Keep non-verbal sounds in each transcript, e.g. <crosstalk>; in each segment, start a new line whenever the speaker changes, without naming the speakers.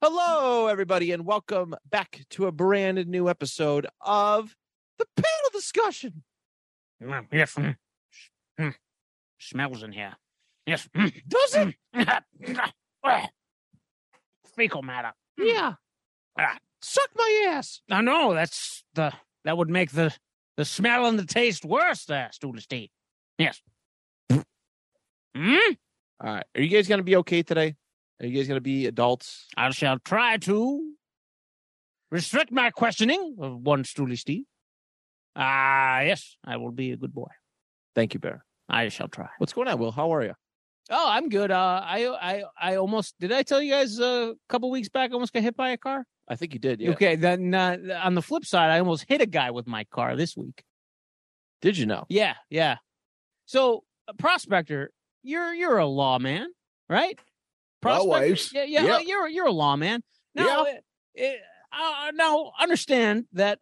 Hello, everybody, and welcome back to a brand new episode of the panel discussion.
Mm, Yes. mm, mm. Smells in here. Yes. mm. <laughs>
Does it?
Fecal matter.
Yeah.
Ah.
Suck my ass.
I know that's the that would make the the smell and the taste worse. There, Stoolisty. Yes. Hmm.
All right. Are you guys going to be okay today? Are you guys going to be adults?
I shall try to restrict my questioning of one Stoolisty. Ah, yes, I will be a good boy.
Thank you, Bear.
I shall try.
What's going on, Will? How are you?
Oh, I'm good. Uh, I I I almost did. I tell you guys uh, a couple weeks back, I almost got hit by a car.
I think you did. Yeah.
Okay, then uh, on the flip side, I almost hit a guy with my car this week.
Did you know?
Yeah, yeah. So, uh, prospector, you're you're a lawman, right? Prospector,
Always.
Yeah, yeah,
Yeah.
uh, You're you're a lawman. Now, uh, uh, now understand that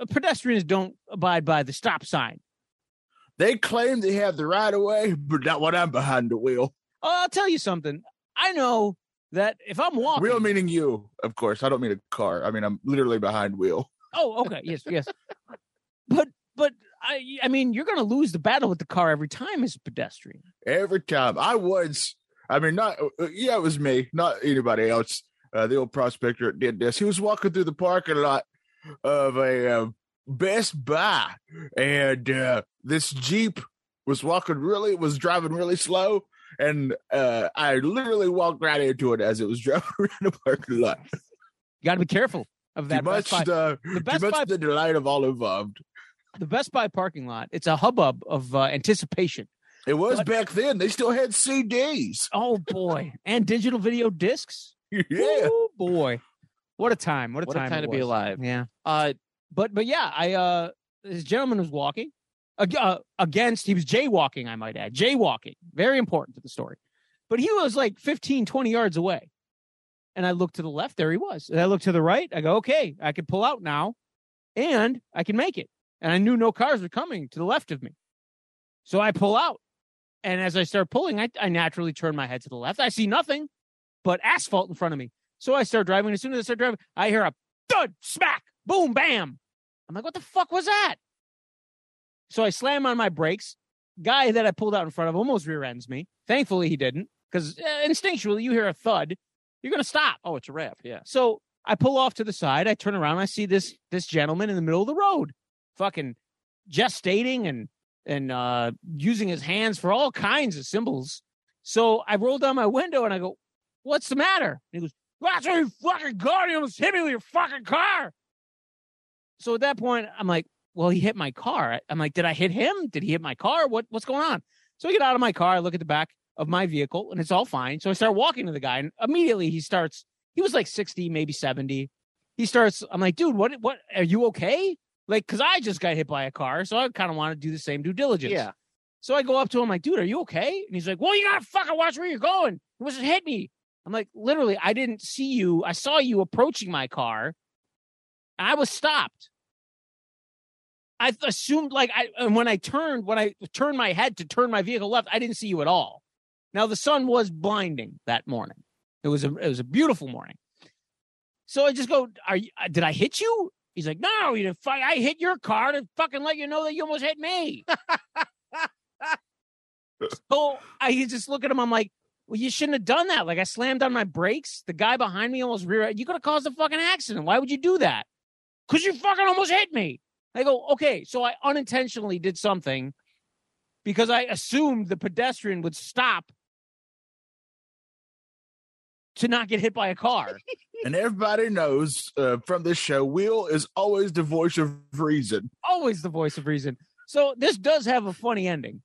uh, pedestrians don't abide by the stop sign.
They claim they have the right of way, but not when I'm behind the wheel.
Oh, I'll tell you something. I know that if I'm walking,
Wheel meaning you, of course. I don't mean a car. I mean I'm literally behind wheel.
Oh, okay. Yes, yes. but but I I mean, you're going to lose the battle with the car every time as a pedestrian.
Every time I was, I mean, not uh, yeah, it was me, not anybody else. Uh, the old prospector did this. He was walking through the parking lot of a uh, Best Buy, and uh, this Jeep was walking really was driving really slow. And uh, I literally walked right into it as it was <laughs> driving around the parking lot.
You got to be careful of
Too
that
much,
Best Buy. The,
the,
Best
too much
Buy-
the delight of all involved.
Best Buy parking lot. It's a hubbub of uh, anticipation.
It was
But-
back then. They still had CDs.
Oh boy, and digital video discs. <laughs>
Yeah.
Oh boy, what a time! What a
What a
time!
time
it
to be
was.
alive.
Yeah,
Uh,
but but yeah, I uh, this gentleman was walking ag- uh, against. He was jaywalking. I might add, jaywalking. Very important to the story. But he was like 15, 20 yards away. And I looked to the left, there he was. And I looked to the right, I go, okay, I can pull out now and I can make it. And I knew no cars were coming to the left of me. So I pull out. And as I start pulling, I, I naturally turn my head to the left. I see nothing but asphalt in front of me. So I start driving. As soon as I start driving, I hear a thud, smack, boom, bam. I'm like, what the fuck was that? So I slam on my brakes. Guy that I pulled out in front of almost rear ends me. Thankfully, he didn't because uh, instinctually you hear a thud, you're going to stop.
oh, it's a wrap. Yeah.
So I pull off to the side. I turn around. I see this this gentleman in the middle of the road, fucking gestating and and uh, using his hands for all kinds of symbols. So I roll down my window and I go, "What's the matter?" And he goes, "That's where you fucking car. You almost hit me with your fucking car." So at that point, I'm like, "Well, he hit my car." I'm like, "Did I hit him? Did he hit my car? What what's going on?" So I get out of my car. I look at the back of my vehicle, and it's all fine. So I start walking to the guy, and immediately he starts he was like 60 maybe 70 he starts i'm like dude what what are you okay like because i just got hit by a car so i kind of want to do the same due diligence
Yeah.
so i go up to him like dude are you okay and he's like well you gotta fucking watch where you're going it wasn't hit me i'm like literally i didn't see you i saw you approaching my car and i was stopped i th- assumed like i and when i turned when i turned my head to turn my vehicle left i didn't see you at all now the sun was blinding that morning it was a it was a beautiful morning. So I just go, "Are you, uh, did I hit you?" He's like, "No, you didn't. Fuck, I hit your car to fucking let you know that you almost hit me." so I just look at him. I'm like, "Well, you shouldn't have done that. Like, I slammed on my brakes. The guy behind me almost rear. You could have caused a fucking accident. Why would you do that? Because you fucking almost hit me." I go, "Okay, so I unintentionally did something." Because I assumed the pedestrian would stop to not get hit by a car.
and everybody knows uh, from this show, Will is always the voice of reason.
always the voice of reason. So this does have a funny ending.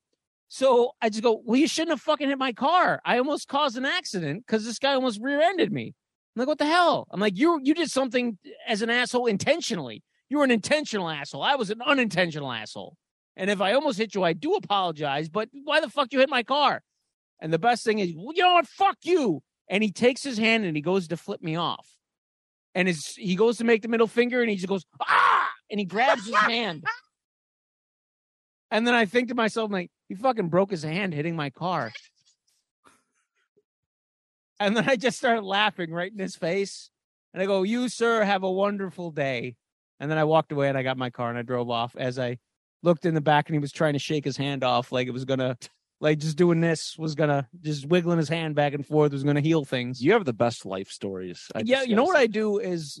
So I just go, well, you shouldn't have fucking hit my car. I almost caused an accident because this guy almost rear-ended me. I'm like, what the hell? I'm like, you you did something as an asshole intentionally. You were an intentional asshole. I was an unintentional asshole. And if I almost hit you, I do apologize. But why the fuck you hit my car? And the best thing is, well, you know what? Fuck you. And he takes his hand and he goes to flip me off. And his, he goes to make the middle finger and he just goes, ah! And he grabs his hand. And then I think to myself, I'm like, he fucking broke his hand hitting my car. <laughs> And then I just started laughing right in his face. And I go, You, sir, have a wonderful day. And then I walked away and I got my car and I drove off as I looked in the back and he was trying to shake his hand off like it was going to, like just doing this was going to, just wiggling his hand back and forth was going to heal things.
You have the best life stories. I
yeah, you know what
discussed.
I do is,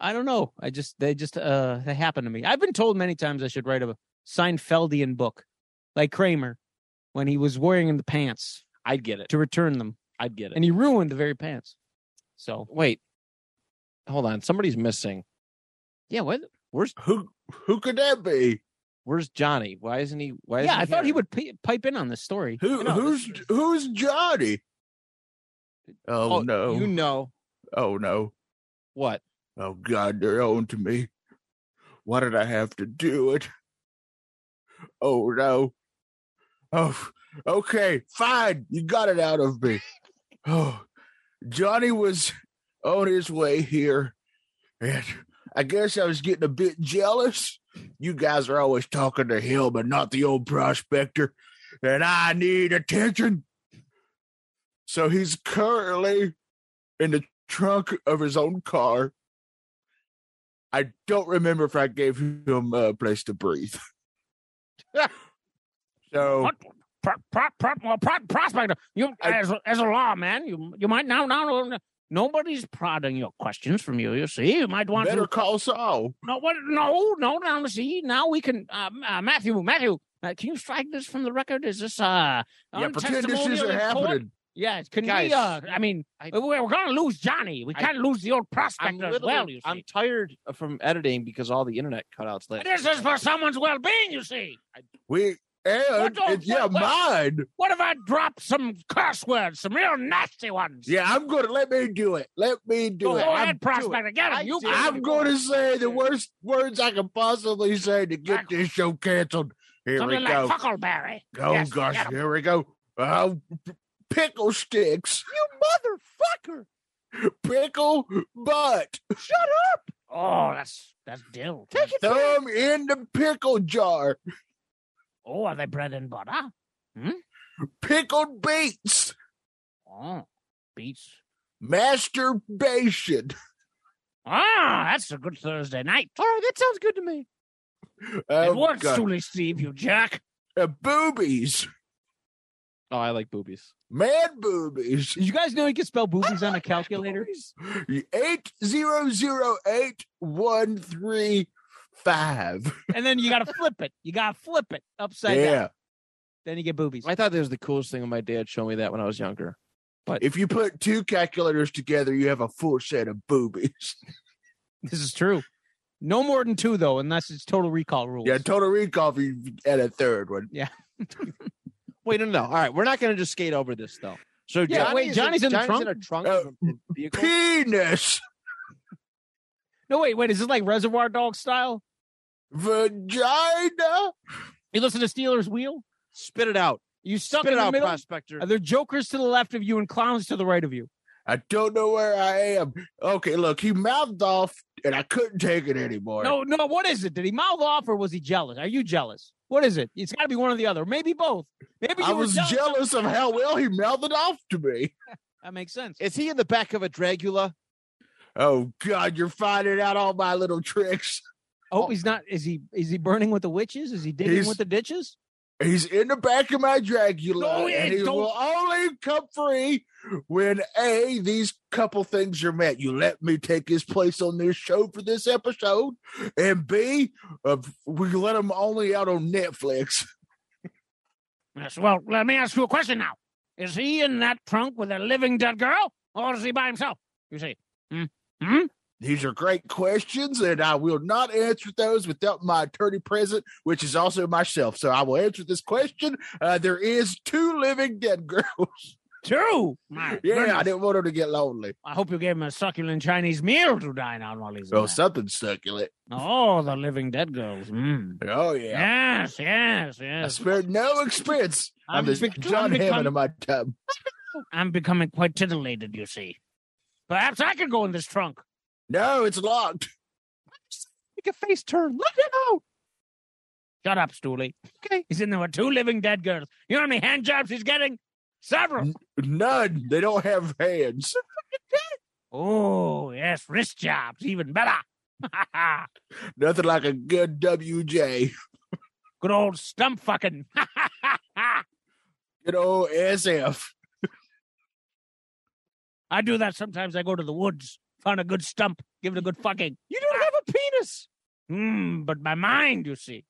I don't know. I just they just uh they happen to me. I've been told many times I should write a Seinfeldian book, like Kramer, when he was wearing the pants
I'd get it.
to return them,
I'd get it.
and he ruined the very pants. So
Wait, hold on. Somebody's missing.
yeah, what?
Where's
Who who could that be?
Where's Johnny? Why isn't he? Why? isn't
Yeah, I thought he
here?
would pi pipe in on this story.
Who
know,
who's
this is-
who's Johnny? Oh, no!
You know
oh no!
what?
Oh God, they're on to me. Why did I have to do it? Oh no! Oh, okay, fine. You got it out of me. Oh, Johnny was on his way here, and I guess I was getting a bit jealous. You guys are always talking to him and not the old prospector, and I need attention. So he's currently in the trunk of his own car. I don't remember if I gave him a place to breathe. <laughs> so
Pro, pro, pro, well, pro- prospector, you
I-
as, a- as a lawman, you you might now now nobody's prodding your questions from you. You see, you might want
better
to
call Saul.
No, what? No, no, no. See, now we can. Uh, uh, Matthew, Matthew, uh, can you strike this from the record? Is this uh?
Yeah, pretend this
untestimonial
isn't
in court?
happening.
Yes, can
Guys,
we? Uh, I mean,
I-
we're, we're gonna lose Johnny. We
I-
can't lose the old
I'm
prospector as
literally.
well. You see,
I'm tired from editing because all the internet cutouts. Last
this is for someone's well-being. You see,
We and
don't-
it's- yeah,
what- what-
mine.
what if I drop some curse words, some real nasty ones?
Yeah, I'm gonna let me do it. Let me do
Go
it.
ahead,
I'm,
prospector. Get him.
I
You
did.
can-
I'm going to say the worst words I can possibly say to get
Fuck.
this show canceled. Here we
Something like
go.
Huckleberry.
Oh
Yes,
gosh,
get 'em.
here we go. Oh, p- pickle sticks,
you motherfucker!
<laughs> pickle butt,
Shut up!
Oh, that's that's dill.
Take it.
thumb in the pickle jar,
Oh, are they bread and butter?
pickled beets,
Oh, beets.
masturbation.
Ah, that's a good Thursday night.
All right, that sounds good to me.
It
Oh,
was
God.
Sully Steve, you jerk.
Uh, boobies,
Oh, I like boobies.
man boobies.
Did you guys know you can spell boobies on a calculator?
Eight zero zero eight one three five.
<laughs> and then you got to flip it. You got to flip it upside down.
Yeah.
Then you get boobies.
I thought that was the coolest thing when my dad showed me that when I was younger.
If you put two calculators together, you have a full set of boobies.
This is true. No more than two, though, unless it's total recall rules.
Yeah, total recall if you add a third one.
Wait, no, no. no. All right, we're not going to just skate over this though. So
Yeah,
Johnny
wait,
is
Johnny's in the
Johnny's in a trunk of a
<laughs>
vehicle.
Penis,
no, wait, wait. Is this like Reservoir Dog style?
vagina.
You listen to Steelers Wheel?
Spit it out.
You stuck
Spit
in
it
the
out,
middle?
prospector.
Are there jokers to the left of you and clowns to the right of you?
I don't know where I am. Okay, look, he mouthed off, and I couldn't take it anymore.
No, no. What is it? Did he mouth off or was he jealous? Are you jealous? What is it? It's got to be one or the other. Maybe both. Maybe you
I
were
was
jealous.
jealous of how well he mouthed off to me.
That makes sense.
Is he in the back of a Dragula?
Oh God, you're finding out all my little tricks.
Oh, he's not. Is he? Is he burning with the witches? Is he digging
He's-
with the ditches?
He's in the back of my Dracula,
No, yeah,
and he
don't-
will only come free when a these couple things are met. You let me take his place on this show for this episode, and b uh, we let him only out on Netflix.
Yes. Well, let me ask you a question now. Is he in that trunk with a living dead girl, or is he by himself? You see. Hmm? Hmm?
These are great questions, and I will not answer those without my attorney present, which is also myself. So I will answer this question. Uh, there is two living dead girls. <laughs>
Two. My
yeah, I
goodness.
didn't want her to get lonely.
I hope you gave him a succulent Chinese meal to dine on while he's
Oh,
away.
something succulent.
Oh, the living dead girls. Mm.
Oh yeah.
Yes, yes,
I
yes.
spared no expense. I'm,
I'm
this
bec-
John
I'm
Hammond
become-
of my time.
I'm becoming quite titillated, you see. Perhaps I could go in this trunk.
No, it's locked.
Make a face turn. Let him out. Shut up, Stooley. Okay. He's in there with two living dead girls. You know how many hand jobs he's getting? Several.
None. They don't have hands.
Oh, yes, wrist jobs, even better. <laughs>
Nothing like a good WJ.
Good old stump fucking. <laughs>
Good old SF.
I do that sometimes. I go to the woods, find a good stump, give it a good fucking.
You don't have a penis.
Hmm, but my mind, you see,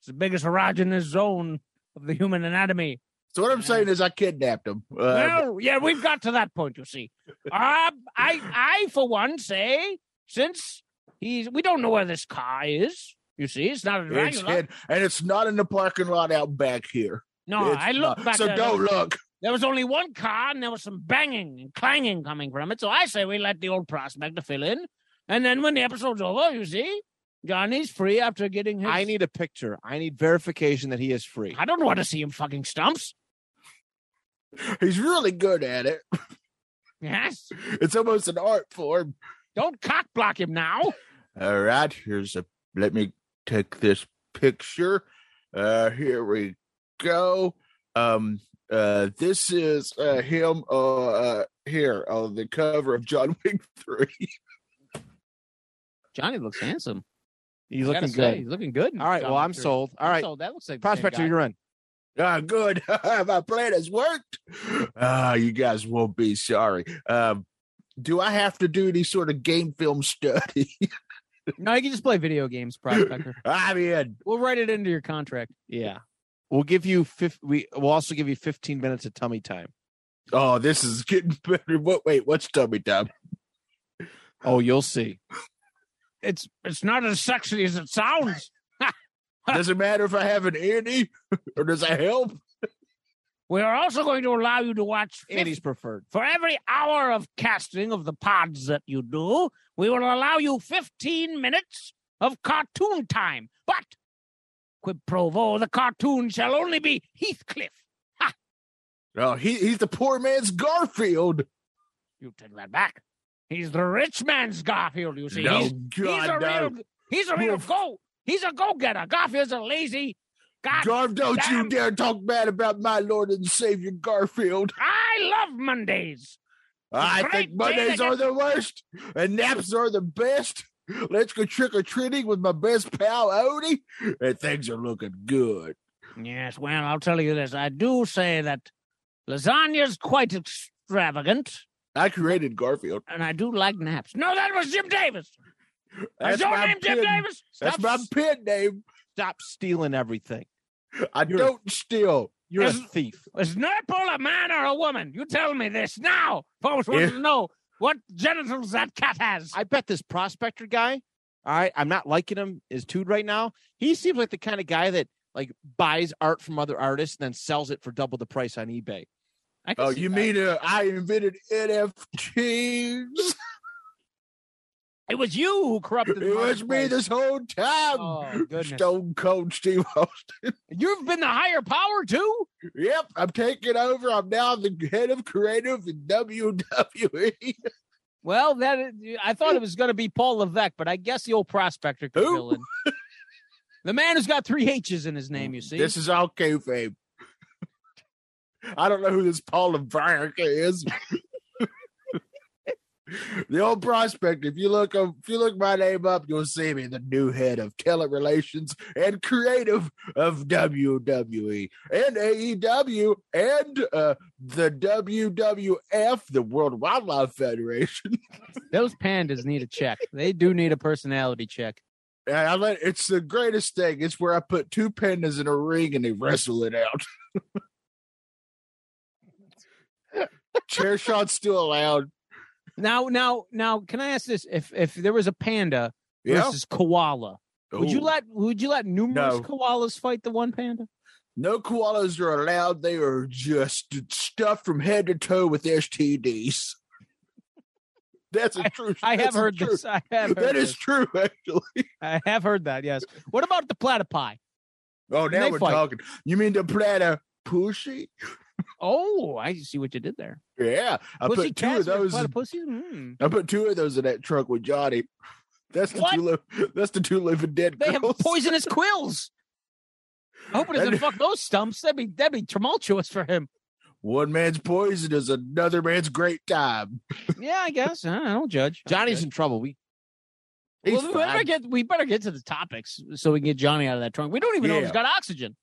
it's the biggest erogenous zone of the human anatomy.
So what I'm saying is I kidnapped him. Uh,
well, yeah, we've got to that point, you see. Uh, I, I, for one, say since he's, we don't know where this car is. You see, it's not a
it's
regular.
hid, and it's not in the parking lot out back here.
No,
It's
I looked
not.
back.
So
there,
don't look.
There was only one car, and there was some banging and clanging coming from it. So I say we let the old prospector fill in, and then when the episode's over, you see, Johnny's free after getting his.
I need a picture. I need verification that he is free.
I don't want to see him fucking stumps.
He's really good at it. <laughs>
Yes.
It's almost an art form.
Don't cock block him now.
All right, here's a. Let me take this picture. Uh, here we go. Um, uh, this is uh him. Uh, uh here on the cover of John Wick Three.
Johnny looks handsome.
He's
Gotta
looking
say,
good.
He's looking good. in
All right. Well,
Johnny
I'm
Three.
sold. All right.
So that looks like the same
Prospector,
guy.
you're in.
Ah, good. <laughs> My plan has worked. Ah, you guys won't be sorry. Um, do I have to do any sort of game film study? <laughs>
No, you can just play video games, Prospector.
<laughs>
I mean,
we'll write it into your contract.
Yeah. We'll give you fif- we we'll also give you 15 minutes of tummy time.
oh, this is getting <laughs> better. What? Wait, what's
<laughs>
tummy time?
Oh, you'll see.
It's it's not as sexy as it sounds.
Does it matter if I have an any, <laughs> or does that help?
We are also going to allow you to watch
Andy's preferred.
For every hour of casting of the pods that you do, we will allow you 15 minutes of cartoon time. But, quid pro quo, the cartoon shall only be Heathcliff.
Oh, he, he's the poor man's Garfield.
You take that back. He's the rich man's Garfield, you see.
no,
he's, he's a
God, no.
real, he's a real
You're-
go. He's a go-getter. Garfield's a lazy. God,
Garf, don't you
damn-
dare talk bad about my Lord and Savior Garfield.
I love Mondays.
I
great
think
day
Mondays
to
are
get-
the worst and naps are the best. Let's go trick or treating with my best pal Odie, and things are looking good.
Yes, well, I'll tell you this. I do say that lasagna's quite extravagant.
I created Garfield.
and I do like naps. No, that was Jim Davis.
That's
Is your
my
name
pen.
Jim Davis?
That's
Stop
my
s-
pen name.
Stop stealing everything.
I
You're-
don't steal.
You're a
Yes.
thief.
Is Nurple a man or a woman? You tell me this now. Folks want
Yeah.
to know what genitals that cat has.
I bet this prospector guy, all right, I'm not liking him his dude right now. He seems like the kind of guy that like buys art from other artists and then sells it for double the price on eBay.
I can
Oh,
see
you
that.
mean uh, I invented NFTs?
it was you who corrupted the
It was me
marketplace.
this whole time. <laughs>
Oh, goodness.
Stone Cold Steve Austin.
You've been the higher power too.
Yep, I'm taking over. I'm now the head of creative in E. WWE.
Well, that is- I thought it was going to be Paul Levesque, but I guess the old prospector could
Who?
fill in. The man who's got three H's in his name, you see.
This is all kayfabe. I don't know who this Paul Levesque is. <laughs> the old prospect. If you look up, if you look my name up, you'll see me the new head of talent relations and creative of WWE and AEW and uh, the WWF, the World Wildlife Federation.
Those pandas need a check. They do need a personality check.
And I let, it's the greatest thing. It's where I put two pandas in a ring and they wrestle it out. <laughs> Chair shot's still allowed.
Now, now, now, can I ask this? If if there was a panda
Yeah.
versus koala, would you
Ooh.
let would you let numerous
No.
koalas fight the one panda?
No koalas are allowed. They are just stuffed from head to toe with STDs. <laughs> That's a true.
I
that's
have
a
heard
true-
this. I have heard
That
this.
is true, actually.
I have heard that. Yes. What about the platypi?
Oh,
They
now we're
fight.
talking. You mean the platter pussy?
Oh, I see what you did there.
Yeah, I
pussy
put two
cats
of
versus
those.
Platypussy? Hmm.
I put two of those in that truck with Johnny. That's the
What?
two. Li- that's the two living dead
They have
girls.
poisonous quills. I hope it doesn't
And-
fuck those stumps. That'd be that'd be tumultuous for him.
One man's poison is another man's great time.
Yeah, I guess. I don't, I don't judge. I don't
Johnny's
judge.
in trouble. We
He's
well, we better
fine.
get we better get to the topics so we can get Johnny out of that trunk. We don't even know if he's
Yeah.
got oxygen.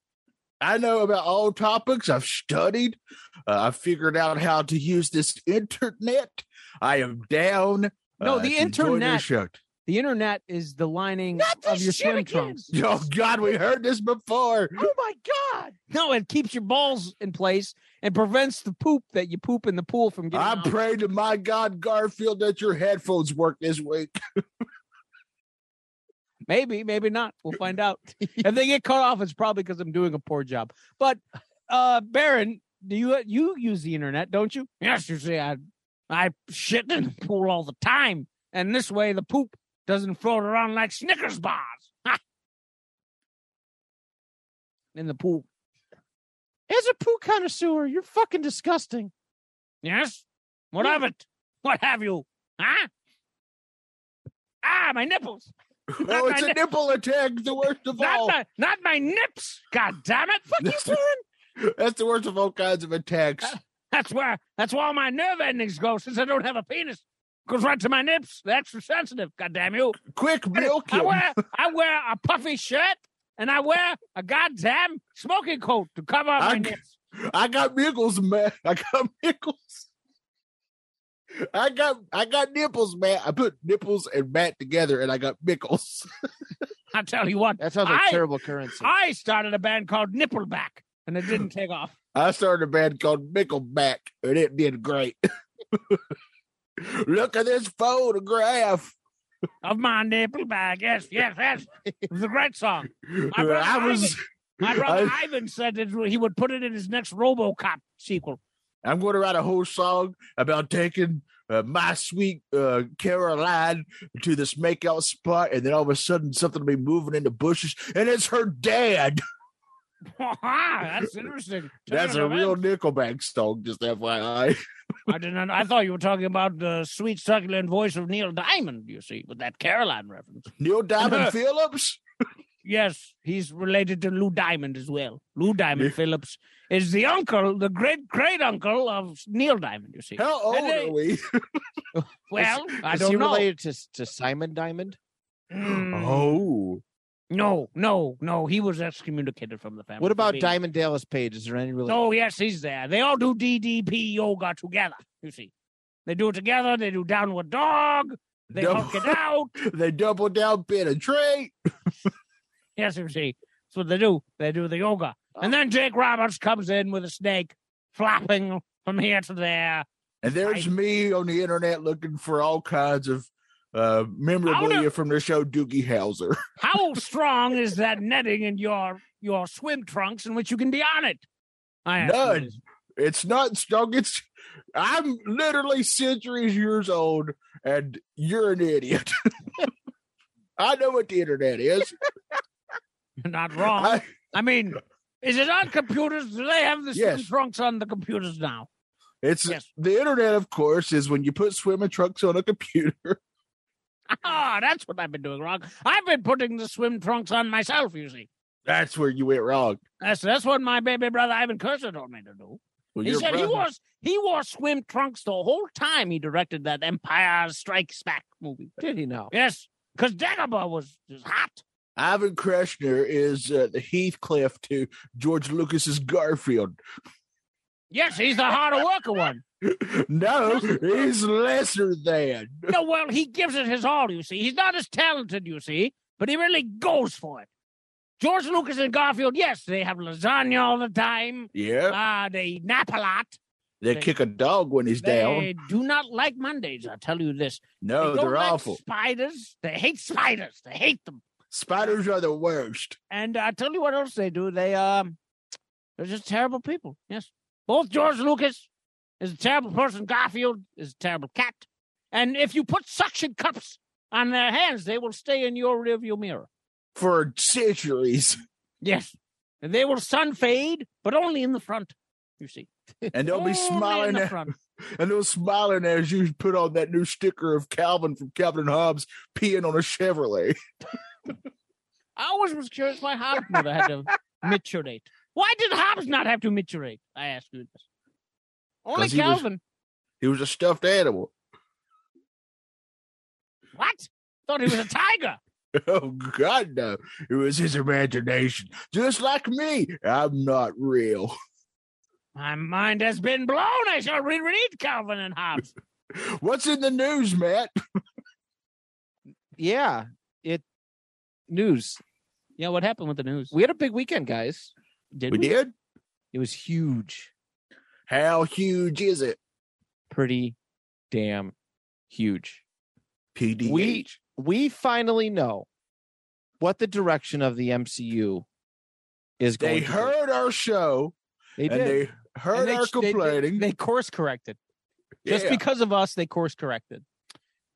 I know about all topics. I've studied. Uh, I've figured out how to use this internet. I am down.
No,
uh,
the
to enjoy
internet.
this show.
The internet is the lining
Not this
of your
shit
swim
again.
trunks.
Oh God, we heard this before.
oh my god.
No, it keeps your balls in place and prevents the poop that you poop in the pool from getting.
I
out.
pray to my God, Garfield, that your headphones work this week.
<laughs> Maybe, maybe not. We'll find out. if they get cut off, it's probably because I'm doing a poor job. But uh Baron, do you you use the internet, don't you? Yes, you see, I I shit in the pool all the time, and this way the poop doesn't float around like Snickers bars. Ha! In the pool.
As a poo connoisseur, you're fucking disgusting.
Yes. What of it? What have you? Huh? Ah, my nipples.
Oh, it's a nipple attack. The worst of
Not
all.
my, not my nips. God damn it! Fuck you, Baron.
<laughs> That's the worst of all kinds of attacks.
That's where that's where all my nerve endings go since I don't have a penis. Goes right to my nips. They're extra sensitive. God damn you.
Quick, milk
I
him.
wear I wear a puffy shirt and I wear a goddamn smoking coat to cover up my
I-
nips.
I got nickels, man. <laughs> I got nickels. I got I got nipples, man. I put nipples and Matt together, and I got nickels.
I tell you what,
That sounds like
I-
terrible currency.
I started a band called Nippleback and it didn't take off.
<laughs> I started a band called Nickelback, and it did great. <laughs> Look at this photograph.
Of my Nippleback. Yes, yes, yes. It was a great song.
I,
brother
was.
My brother
I-
Ivan said that he would put it in his next Robocop sequel. <laughs>
I'm going to write a whole song about taking uh, my sweet uh, Caroline to this makeout spot, and then all of a sudden something will be moving in the bushes, and it's her dad.
That's interesting.
That's
Turn
a
of
real
events.
Nickelback song, just FYI.
I didn't. I thought you were talking about the sweet succulent voice of Neil Diamond. You see, with that Caroline reference.
<laughs>
<laughs>
Neil Diamond Phillips.
Yes, he's related to Lou Diamond as well. Lou Diamond
Yeah.
Phillips is the uncle, the great great uncle of Neil Diamond. You see.
How old
And they- <laughs>
are we?
Well, I
Is
don't
he
know.
related to, to Simon Diamond?
Mm,
Oh,
No, no, no. He was excommunicated from the family.
What
for
about
being-
Diamond Dallas Page? Is there any relation?
Oh yes, he's there. They all do DDP yoga together. You see, they do it together. They do downward dog. They
Double-
hunk it out.
they double down, penetrate.
Yes, you see. That's what they do. They do the yoga. And then Jake Roberts comes in with a snake, flopping from here to there.
And there's
I-
me on the internet looking for all kinds of uh, memorabilia from the show Doogie Howser. <laughs>
How strong is that netting in your your swim trunks in which you can be on it? I ask you
None.
this.
It's not strong. It's I'm literally centuries years old, and you're an idiot. <laughs> I know what the internet is.
You're not wrong. I,
I,
mean, is it on computers? Do they have the swim
Yes.
trunks on the computers
<laughs>
now?
it's
Yes.
the internet, of course, is when you put swimming trunks on a <laughs> computer.
Ah, that's what I've been doing wrong. I've been putting the swim trunks on myself, you see.
That's where you went wrong.
That's that's what my baby brother Ivan Cursor told me to do.
Well,
He
your
said he
brother-
wore he wore swim trunks the whole time he directed that Empire Strikes Back movie.
Did he now?
Yes, because Dagobah was just hot.
Ivan Kreshner is uh, the Heathcliff to George Lucas's Garfield.
Yes, he's the harder worker one. <laughs>
No, he's lesser than.
No, well, he gives it his all. You see, he's not as talented. You see, but he really goes for it. George Lucas and Garfield, yes, they have lasagna all the time.
Yeah,
Ah, they nap a lot.
They
They-
kick a dog when he's down.
They do not like Mondays. I tell you this.
No,
they don't
they're
like
awful.
Spiders. They hate spiders. They hate them.
Spiders are the worst.
And I tell you what else they do. They um, they're just terrible people. Yes, both George Lucas is a terrible person. Garfield is a terrible cat. And if you put suction cups on their hands, they will stay in your rearview mirror.
For centuries. <laughs>
Yes, and they will sun fade, but only in the front. You see,
And they'll
Only
be
in
smiling
Oh, the
at,
front.
and they'll smiling as you put on that new sticker of Calvin from Calvin and Hobbes peeing on a Chevrolet. <laughs>
I always was curious why Hobbes never had
<laughs>
to maturate. Why did Hobbes not have to maturate? I ask you this. Only
'Cause he was-
Calvin.
He was a stuffed animal.
What? Thought he was a tiger.
<laughs> Oh God, no! It was his imagination, just like me. I'm not real. <laughs>
My mind has been blown. I shall reread Calvin and Hobbes.
What's in the news, Matt?
Yeah. It news.
<laughs> Yeah, what happened with the news?
We had a big weekend, guys.
did
We did.
It was huge.
How huge is it?
Pretty damn huge.
PDH.
We we finally know what the direction of the MCU is going
they
to be.
heard our show
They
and
did.
they heard
And they-
our
they- they-
complaining.
They course corrected. Just
Yeah.
because of us, they course corrected.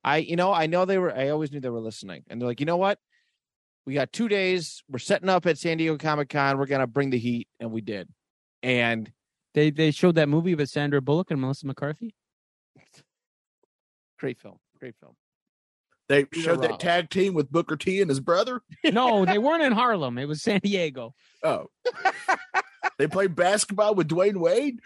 I you know I know they were I always knew they were listening and they're like you know what we got two days we're setting up at San Diego Comic Con we're gonna bring the heat and we did and
They they showed that movie with Sandra Bullock and Melissa
<laughs>
McCarthy.
great film great film
they
You're
showed
wrong.
that tag team with Booker T and his brother.
No, they weren't in Harlem. It was San Diego.
Oh,
<laughs>
they played basketball with Dwayne Wade.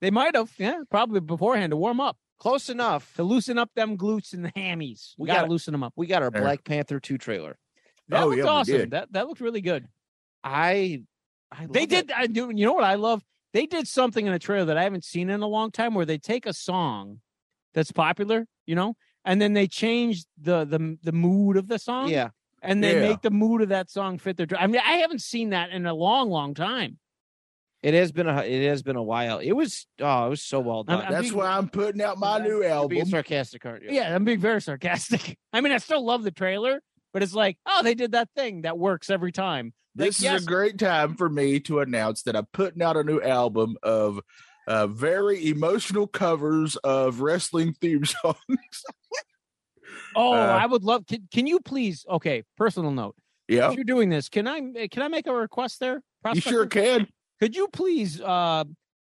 They might have, yeah, probably beforehand to warm up,
close enough
to loosen up them glutes and the hammies. We
We
gotta
gotta-
loosen them up.
we got our
Fair.
Black Panther two trailer
That
Oh,
looked
yeah, we
awesome.
did.
That that looked really good.
I I
They
love
did.
it.
I do. You know what I love? They did something in a trailer that I haven't seen in a long time, where they take a song that's popular, you know, and then they change the the the mood of the song.
yeah
and they
Yeah.
make the mood of that song fit their. dr- I mean, I haven't seen that in a long, long time.
it has been a it has been a while it was oh it was so well
I'm-
done
I'm
That's
being-
why I'm putting out my
That's-
new
You're
album.
being sarcastic aren't you
Yeah, I'm being very sarcastic. <laughs> I mean, I still love the trailer, but it's like, oh, they did that thing that works every time. Like,
This
yes.
is a great time for me to announce that I'm putting out a new album of uh, very emotional covers of wrestling theme <laughs> songs.
Oh,
Uh,
I would love. Can, can you please? Okay, personal note.
yeah,
If you're doing this, can I can I make a request there?
you sure
Prospector?
can.
Could you please uh,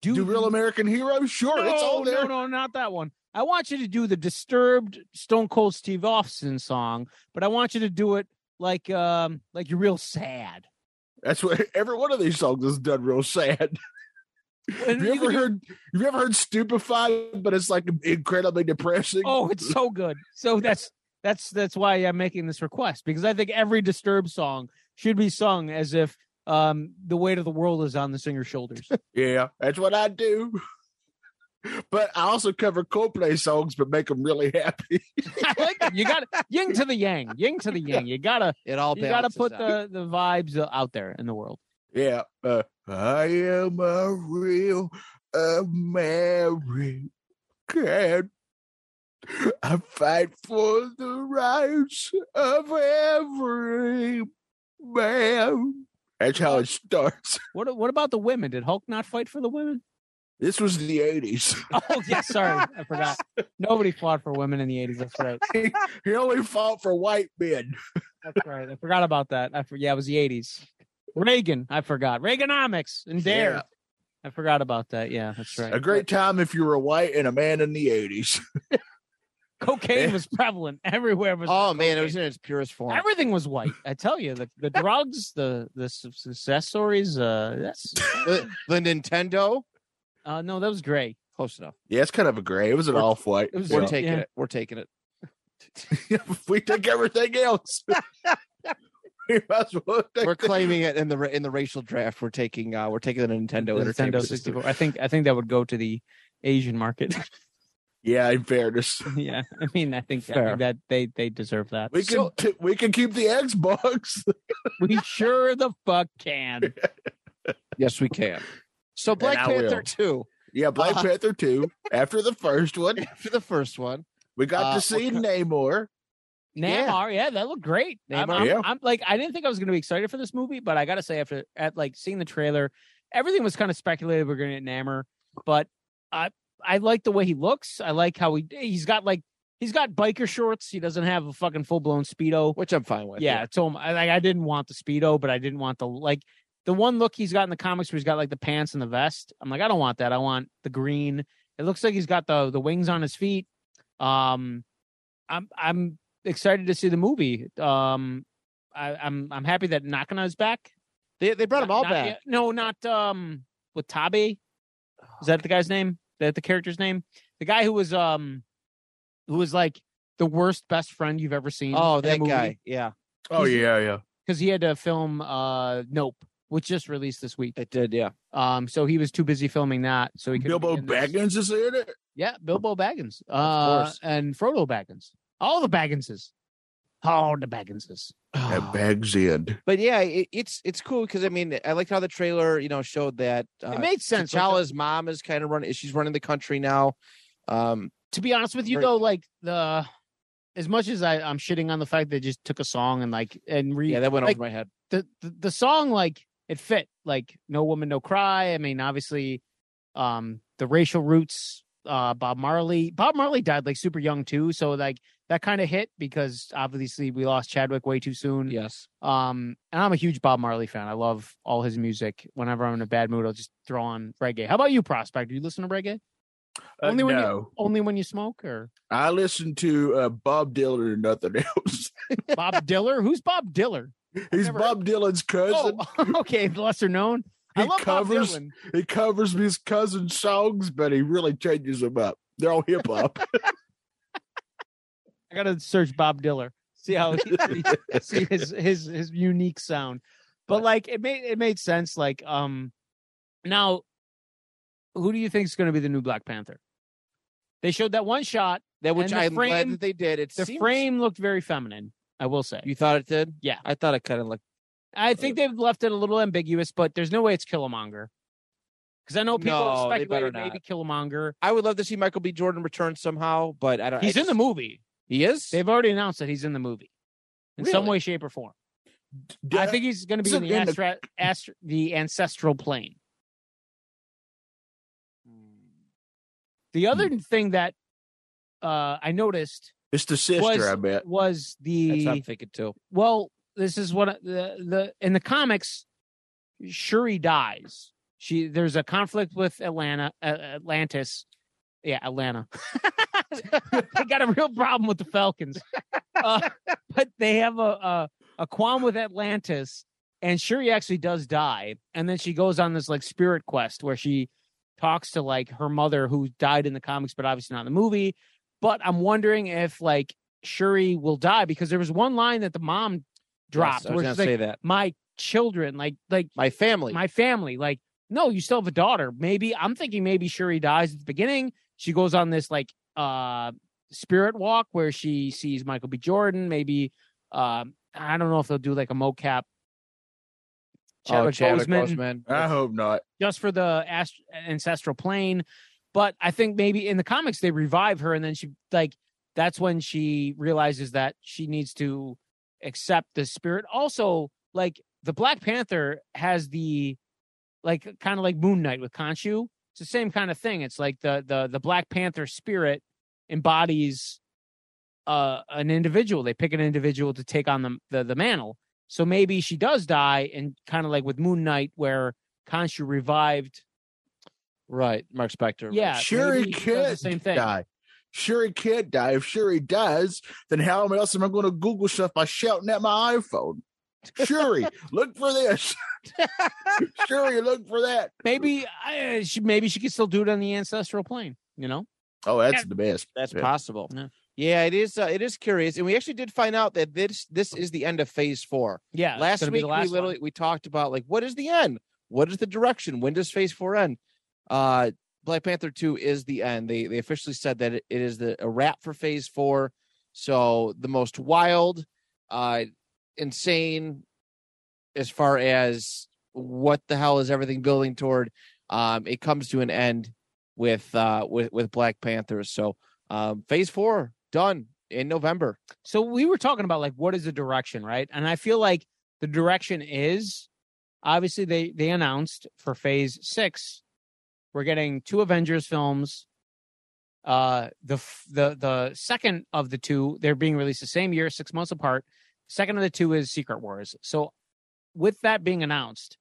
do
Do Real
the-
American Hero? Sure,
no,
it's all there.
No, no, not that one. I want you to do the disturbed Stone Cold Steve Austin song, but I want you to do it like um like you're real
<laughs>
sad.
That's what every one of these songs is done real sad.
And
Have you,
you
ever
can do-
heard? Have you ever heard "Stupefied"? But it's like incredibly depressing.
Oh, it's so good. So that's that's that's why I'm making this request because I think every disturbed song should be sung as if um the weight of the world is on the singer's shoulders. <laughs>
Yeah, that's what I do. <laughs> But I also cover Coldplay songs, but make them really happy.
I like it. You got yin to the yang, yin
<laughs>
to the yang. You gotta
it all
you gotta
balances
put
out.
the the vibes out there in the world.
Yeah. Uh, I am a real American. I fight for the rights of every man. That's how it starts.
What what about the women? Did Hulk not fight for the women? <laughs>
This was the 80s.
Oh yes, sorry, I forgot. Nobody fought for women in the eighties. That's right.
He only fought for white men.
That's right. I forgot about that. I for, yeah, it was the eighties. Reagan, I forgot. Reaganomics and Dare.
Yeah.
I forgot about that. Yeah, that's right.
A great time if you were white and a man in the 80s.
Cocaine was prevalent everywhere. Was
oh man it was
cocaine.
in its purest form
<laughs> everything was white. I tell you, the, the drugs, the the s- accessories. Uh, that's
the, the Nintendo
uh, no, that was gray.
close enough
Yeah, it's kind of a gray. It was an
We're-
off white.
it was-
we're
<laughs>
Yeah.
taking
Yeah.
it we're taking it
we take everything else. <laughs> we might as well take
we're
the-
claiming it in the ra- in the racial draft. We're taking uh we're taking the Nintendo
The
Entertainment
Nintendo sixty
System.
four. I think I think that would go to the Asian market. <laughs>
Yeah, in fairness,
yeah, I mean, I think, I think
Fair.
that they they deserve that.
we can
So-
t- we can keep the Xbox.
We sure the fuck can.
Yes, we can. So Black
I will.
Panther 2
<laughs> Yeah, Black
Uh,
Panther 2 after the first one.
after the first one.
We got
Uh,
to see
okay.
Namor.
Yeah.
Namor, yeah. that looked great. I'm,
Namor.
I'm-
Yeah.
I'm, like, I didn't think I was going to be excited for this movie, but I got to say, after at like seeing the trailer, everything was kind of speculated we're going to get Namor, but I I like the way he looks. I like how he he's got like he's got biker shorts. He doesn't have a fucking full blown speedo.
Which I'm fine with.
Yeah, so I like I didn't want the speedo, but I didn't want the like the one look he's got in the comics where he's got like the pants and the vest. I'm like, I don't want that. I want the green. It looks like he's got the the wings on his feet. Um, I'm I'm excited to see the movie. Um, I, I'm I'm happy that Nakana is back.
They they brought them all
Not-
back.
yeah, no, not um with Tabe. Is that the guy's name? That the character's name? The guy who was um who was like the worst best friend you've ever seen.
Oh,
in a
that
movie
guy. Yeah.
Oh, yeah, yeah.
because he had to film uh Nope, which just released this week.
It did, yeah.
Um, so he was too busy filming that, so he could
Bilbo Baggins is in <sighs> it.
yeah, Bilbo Baggins, uh,
course.
and Frodo Baggins, all the Bagginses, all the Bagginses. Ah.
That bags in.
But yeah, it, it's it's cool because I mean I liked how the trailer you know showed that
it
uh,
made sense. like,
T'Challa's mom is kind of running. She's running the country now. Um,
to be honest with you,
Right.
though, like the as much as I, I'm shitting on the fact they just took a song and like and re
yeah, that went
like,
over my head.
the, the the song like it fit like no woman no cry i mean obviously um the racial roots uh bob marley bob marley died like super young too so like that kind of hit because obviously we lost chadwick way too soon
Yes,
um and i'm a huge bob marley fan i love all his music whenever i'm in a bad mood i'll just throw on reggae how about you prospect do you listen to reggae
Uh,
Only when you-
no.
only when you smoke or
I listen to uh, Bob Dylan and nothing <laughs> else.
bob
<laughs>
diller who's bob diller
He's
never-
Bob Dylan's cousin.
oh <laughs> okay the lesser known i
He
love
covers-
bob dylan
He covers his cousin's songs, but he really changes them up. They're all hip hop.
I gotta search Bob Diller.
<laughs>
See how <laughs> see his his his unique sound. But like it made it made sense. Like um now who do you think is gonna be the new Black Panther? They showed that one shot.
that which
And the
I'm glad
frame-
that they did. It's
The frame looked very feminine, I will say.
You thought it did?
Yeah.
I thought it kind of looked.
I think they've left it a little ambiguous, but there's no way it's Killmonger. Because I know people
No,
have
they better
speculated
not.
maybe Killmonger.
I would love to see Michael B. Jordan return somehow, but I don't.
He's
I
in the
just-
movie.
He is.
They've already announced that he's in the movie. In some
Really?
way, shape, or form. <laughs> I think he's going to be
Isn't
in the,
in the-
astra- astra- the ancestral plane.
Hmm.
The other thing that uh, I noticed
it's the sister,
was
I bet.
was
That's what I'm
the
thinking too.
well. This is what the the in the comics, Shuri dies. She there's a conflict with Atlanta uh, Atlantis. Yeah, Atlanta. <laughs> they got a real problem with the Falcons, uh, but they have a, a a qualm with Atlantis, and Shuri actually does die, and then she goes on this like spirit quest where she talks to like her mother who died in the comics, but obviously not in the movie. But I'm wondering if like Shuri will die because there was one line that the mom dropped
Yes, I was
where
gonna
she's
say
like,
that.
"My children, like like
My family.
my family. Like, no, you still have a daughter. Maybe I'm thinking maybe Shuri dies at the beginning. She goes on this like uh spirit walk where she sees Michael B. Jordan. Maybe um I don't know if they'll do like a mocap
oh,
Chadwick
Chadwick
Boseman,
Boseman.
I hope not.
just for the ast- ancestral plane. But I think maybe in the comics they revive her, and then she like that's when she realizes that she needs to accept the spirit. Also, like the Black Panther has the like kind of like Moon Knight with Khonshu. It's the same kind of thing. It's like the the the Black Panther spirit embodies uh an individual. They pick an individual to take on the the, the mantle. So maybe she does die, and kind of like with Moon Knight, where Khonshu revived.
Right, Mark Spector. right.
Yeah,
Shuri
maybe he does the
can't
same thing.
die. Shuri can't die. If Shuri dies, then how else am I going to Google stuff by shouting at my iPhone?
<laughs>
Shuri, look for this. Shuri, look for that.
Maybe I, she maybe she could still do it on the ancestral plane. You know,
Oh, that's the best.
That's
Yeah.
possible.
Yeah.
Yeah, it is. Uh, it is curious, and we actually did find out that this this is the end of Phase Four.
yeah. it's
last
gonna
week
be the last
we literally we talked about like what is the end, what is the direction, when does Phase Four end? Uh, Black Panther Two is the end. They they officially said that it, it is the a wrap for Phase Four. So the most wild, uh, insane, as far as what the hell is everything building toward um, it comes to an end with uh, with with Black Panther. So um, Phase Four done in November.
So we were talking about like what is the direction, right? And I feel like the direction is obviously they they announced for Phase Six we're getting two Avengers films. Uh, the f- the the second of the two they're being released the same year, six months apart. Second of the two is Secret Wars. So, with that being announced,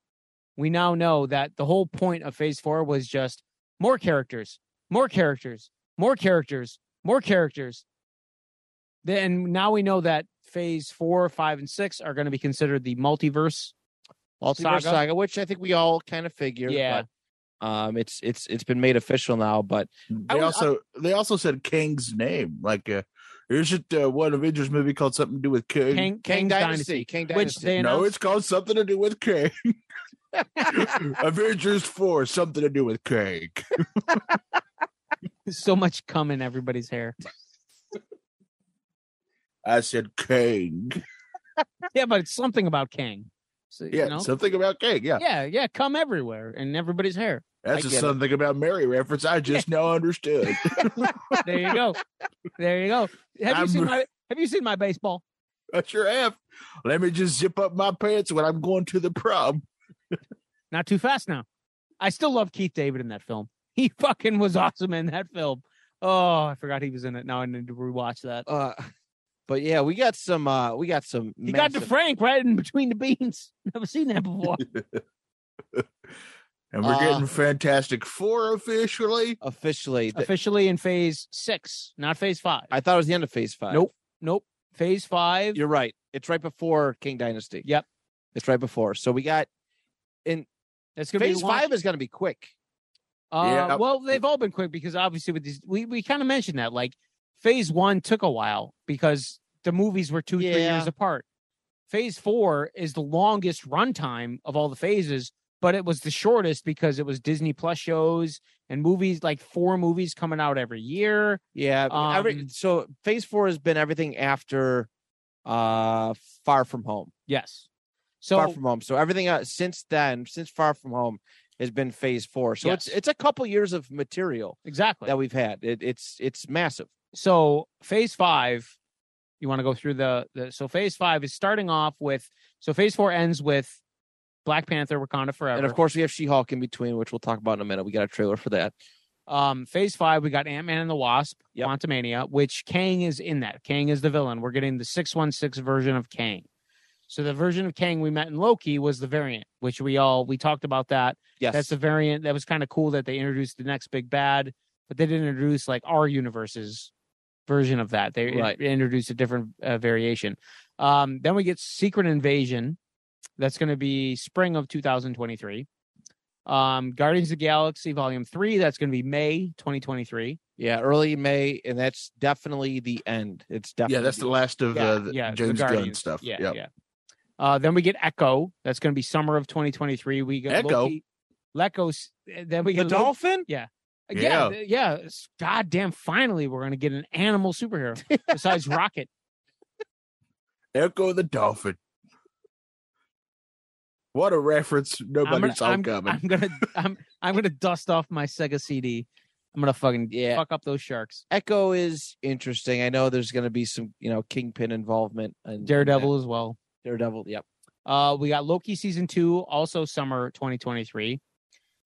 we now know that the whole point of Phase Four was just more characters, more characters, more characters, more characters. Then now we know that Phase Four, Five, and Six are going to be considered the multiverse.
Multiverse Saga,
Saga.
which I think we all kind of figure.
Yeah.
But, um, it's it's it's been made official now, but
They
was-
also they also said King's name. Like, uh, is it uh, one Avengers movie called something to do with
King,
King?
King
King's
Dynasty,
Dynasty,
King
which
Dynasty.
they
no,
announced.
it's called something to do with
<laughs>
King. Avengers Four, something to do with King.
<laughs> so much cum in everybody's hair.
I said King.
Yeah, but it's something about Kang. So,
Yeah,
you know?
something about King. Yeah,
yeah, yeah, cum everywhere in everybody's hair.
that's
I
a
get it.
something about Mary reference.
<laughs>
I just now understood.
There you go. there you go. Have
I'm-
you seen my Have you seen my baseball?
I sure have. Let me just zip up my pants when I'm going to the prom.
Not too fast now. I still love Keith David in that film. <laughs> He fucking was awesome in that film. Oh, I forgot he was in it. Now I need to rewatch that.
uh, <laughs> but yeah, we got some uh, we got some.
He got to
massive-
Frank right in between the beans. <laughs> Never seen that before.
And we're
Uh.
Ah.
getting Fantastic Four officially.
officially. Th-
Officially in phase six, not phase five.
I thought it was the end of Phase Five.
Nope. Nope. Phase five.
You're right. It's right before King Dynasty.
Yep.
It's right before. So we got
That's gonna
Phase
be launch-
Five is going to be quick.
Uh,
Yeah.
Well, they've all been quick because obviously with these, we, we kind of mentioned that like phase one took a while because the movies were two, three
Yeah.
years apart. Phase four is the longest runtime of all the phases, but it was the shortest because it was Disney Plus shows and movies like four movies coming out every year.
Yeah. every,
Um,
so Phase Four has been everything after uh Far From Home.
Yes. So
Far From Home. So everything uh, since then, since Far From Home, has been Phase Four. So it's
Yes.
it's a couple years of material
exactly.
that we've had. It, it's it's massive.
so phase five you want to go through the, the so phase five is starting off with so phase four ends with black panther wakanda forever
And of course, we have She Hulk in between, which we'll talk about in a minute. We got a trailer for that.
um phase five we got ant-man and the wasp
Yep.
quantumania which kang is in that kang is the villain we're getting the 616 version of kang so the version of kang we met in loki was the variant which we all we talked about that
Yes.
that's the variant that was kind of cool that they introduced the next big bad but they didn't introduce like our universe's version of that they in-
Right.
introduced a different uh, variation um, then we get secret invasion that's going to be spring of 2023 um, guardians of the galaxy volume 3 that's going to be may 2023
yeah, early May, and that's definitely the end. It's definitely
Yeah, that's the last of uh, the
yeah, the
James Gunn
Guardians.
stuff.
yeah
Yep.
yeah uh, then we get echo that's going to be summer of 2023 we get
Echo?
Loki, Leco's, then we
the
get Loki-
dolphin.
Yeah, th- yeah. it's- Goddamn! Finally, we're gonna get an animal superhero <laughs> besides Rocket.
Echo the Dolphin. What a reference.
I'm
Nobody
gonna,
saw
I'm,
coming.
I'm <laughs> gonna, I'm, I'm gonna dust off my Sega CD. I'm gonna fucking
Yeah.
fuck up those sharks.
Echo is interesting. I know there's going to be some, you know, Kingpin involvement and
Daredevil as well.
Daredevil. Yep.
Uh, we got Loki season two, also summer 2023.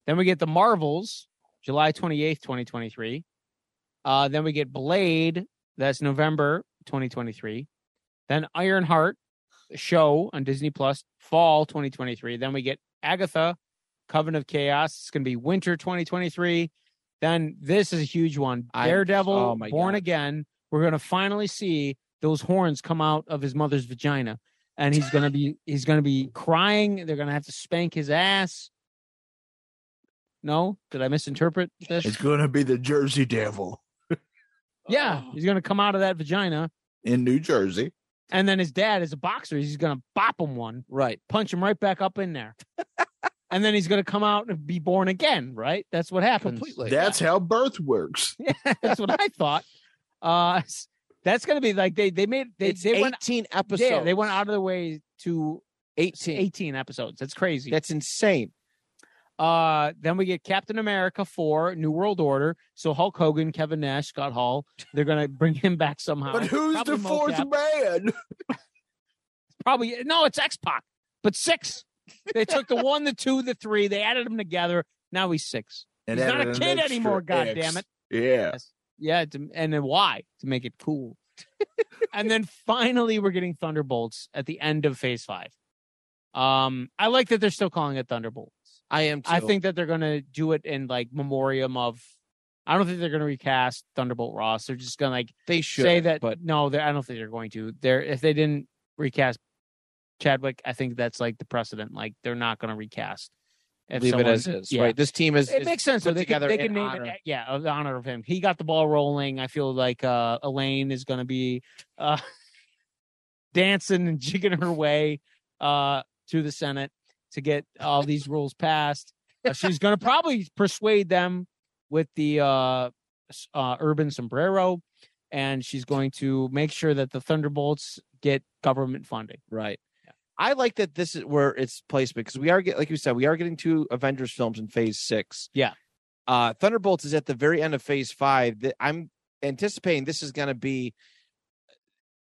Then we get the Marvels, July 28th, 2023. Uh, then we get Blade, that's November 2023. Then Ironheart the show on Disney Plus, fall 2023. Then we get Agatha, Coven of Chaos. It's going to be winter 2023. Then this is a huge one
I-
Daredevil,
oh my
Born
God.
Again. We're going to finally see those horns come out of his mother's vagina and he's gonna be he's gonna be crying. They're gonna have to spank his ass. No, did I misinterpret this?
It's going to be the Jersey Devil
yeah, he's gonna come out of that vagina,
in New Jersey.
and then his dad is a boxer. He's gonna bop him one,
Right.
punch him right back up
<laughs>
in there, and then he's gonna come out and be born again. Right? That's what happens.
Completely.
That's how birth works.
<laughs> That's what I thought. Uh, s- that's gonna be like they they made they
it's
they
18
went
episodes.
yeah, they went out of their way to
18.
18 episodes. That's crazy.
That's insane.
Uh, then we get Captain America for New World Order. So Hulk Hogan, Kevin Nash, Scott Hall, they're gonna bring him back somehow.
But who's the
Probably mocap.
fourth man?
Probably no, it's X Pac, but six. They took the one, the two, the three. They added them together. Now he's six.
And
He's not
added
a
an
kid
extra
anymore,
X.
goddammit.
Yeah.
Yeah, to, and then why to make it cool. <laughs> and then finally, we're getting Thunderbolts at the end of Phase Five. Um, I like that they're still calling it Thunderbolts.
I am. Too.
I think that they're gonna do it in like memoriam of. I don't think they're gonna recast Thunderbolt Ross. They're just gonna like
they should
say that.
But
no, they're- I don't think they're going to. They're if they didn't recast Chadwick, I think that's like the precedent. Like they're not gonna recast. If
leave it
someone-
as is.
yeah.
Right. This team is.
It
is
makes sense.
put
though. They could,
together
they
in
could name
honor.
it, eh, yeah, of the honor of him. He got the ball rolling. I feel like uh, Elaine is going to be uh, <laughs> dancing and jigging her way uh, to the Senate to get all these rules passed. Uh, she's going to probably persuade them with the uh, s- uh, urban sombrero, and she's going to make sure that the Thunderbolts get government funding.
Right. I like that this is where it's placement because we are get like you said, we are getting two Avengers films in phase six.
Yeah.
Uh Thunderbolts is at the very end of phase five. That I'm anticipating this is gonna be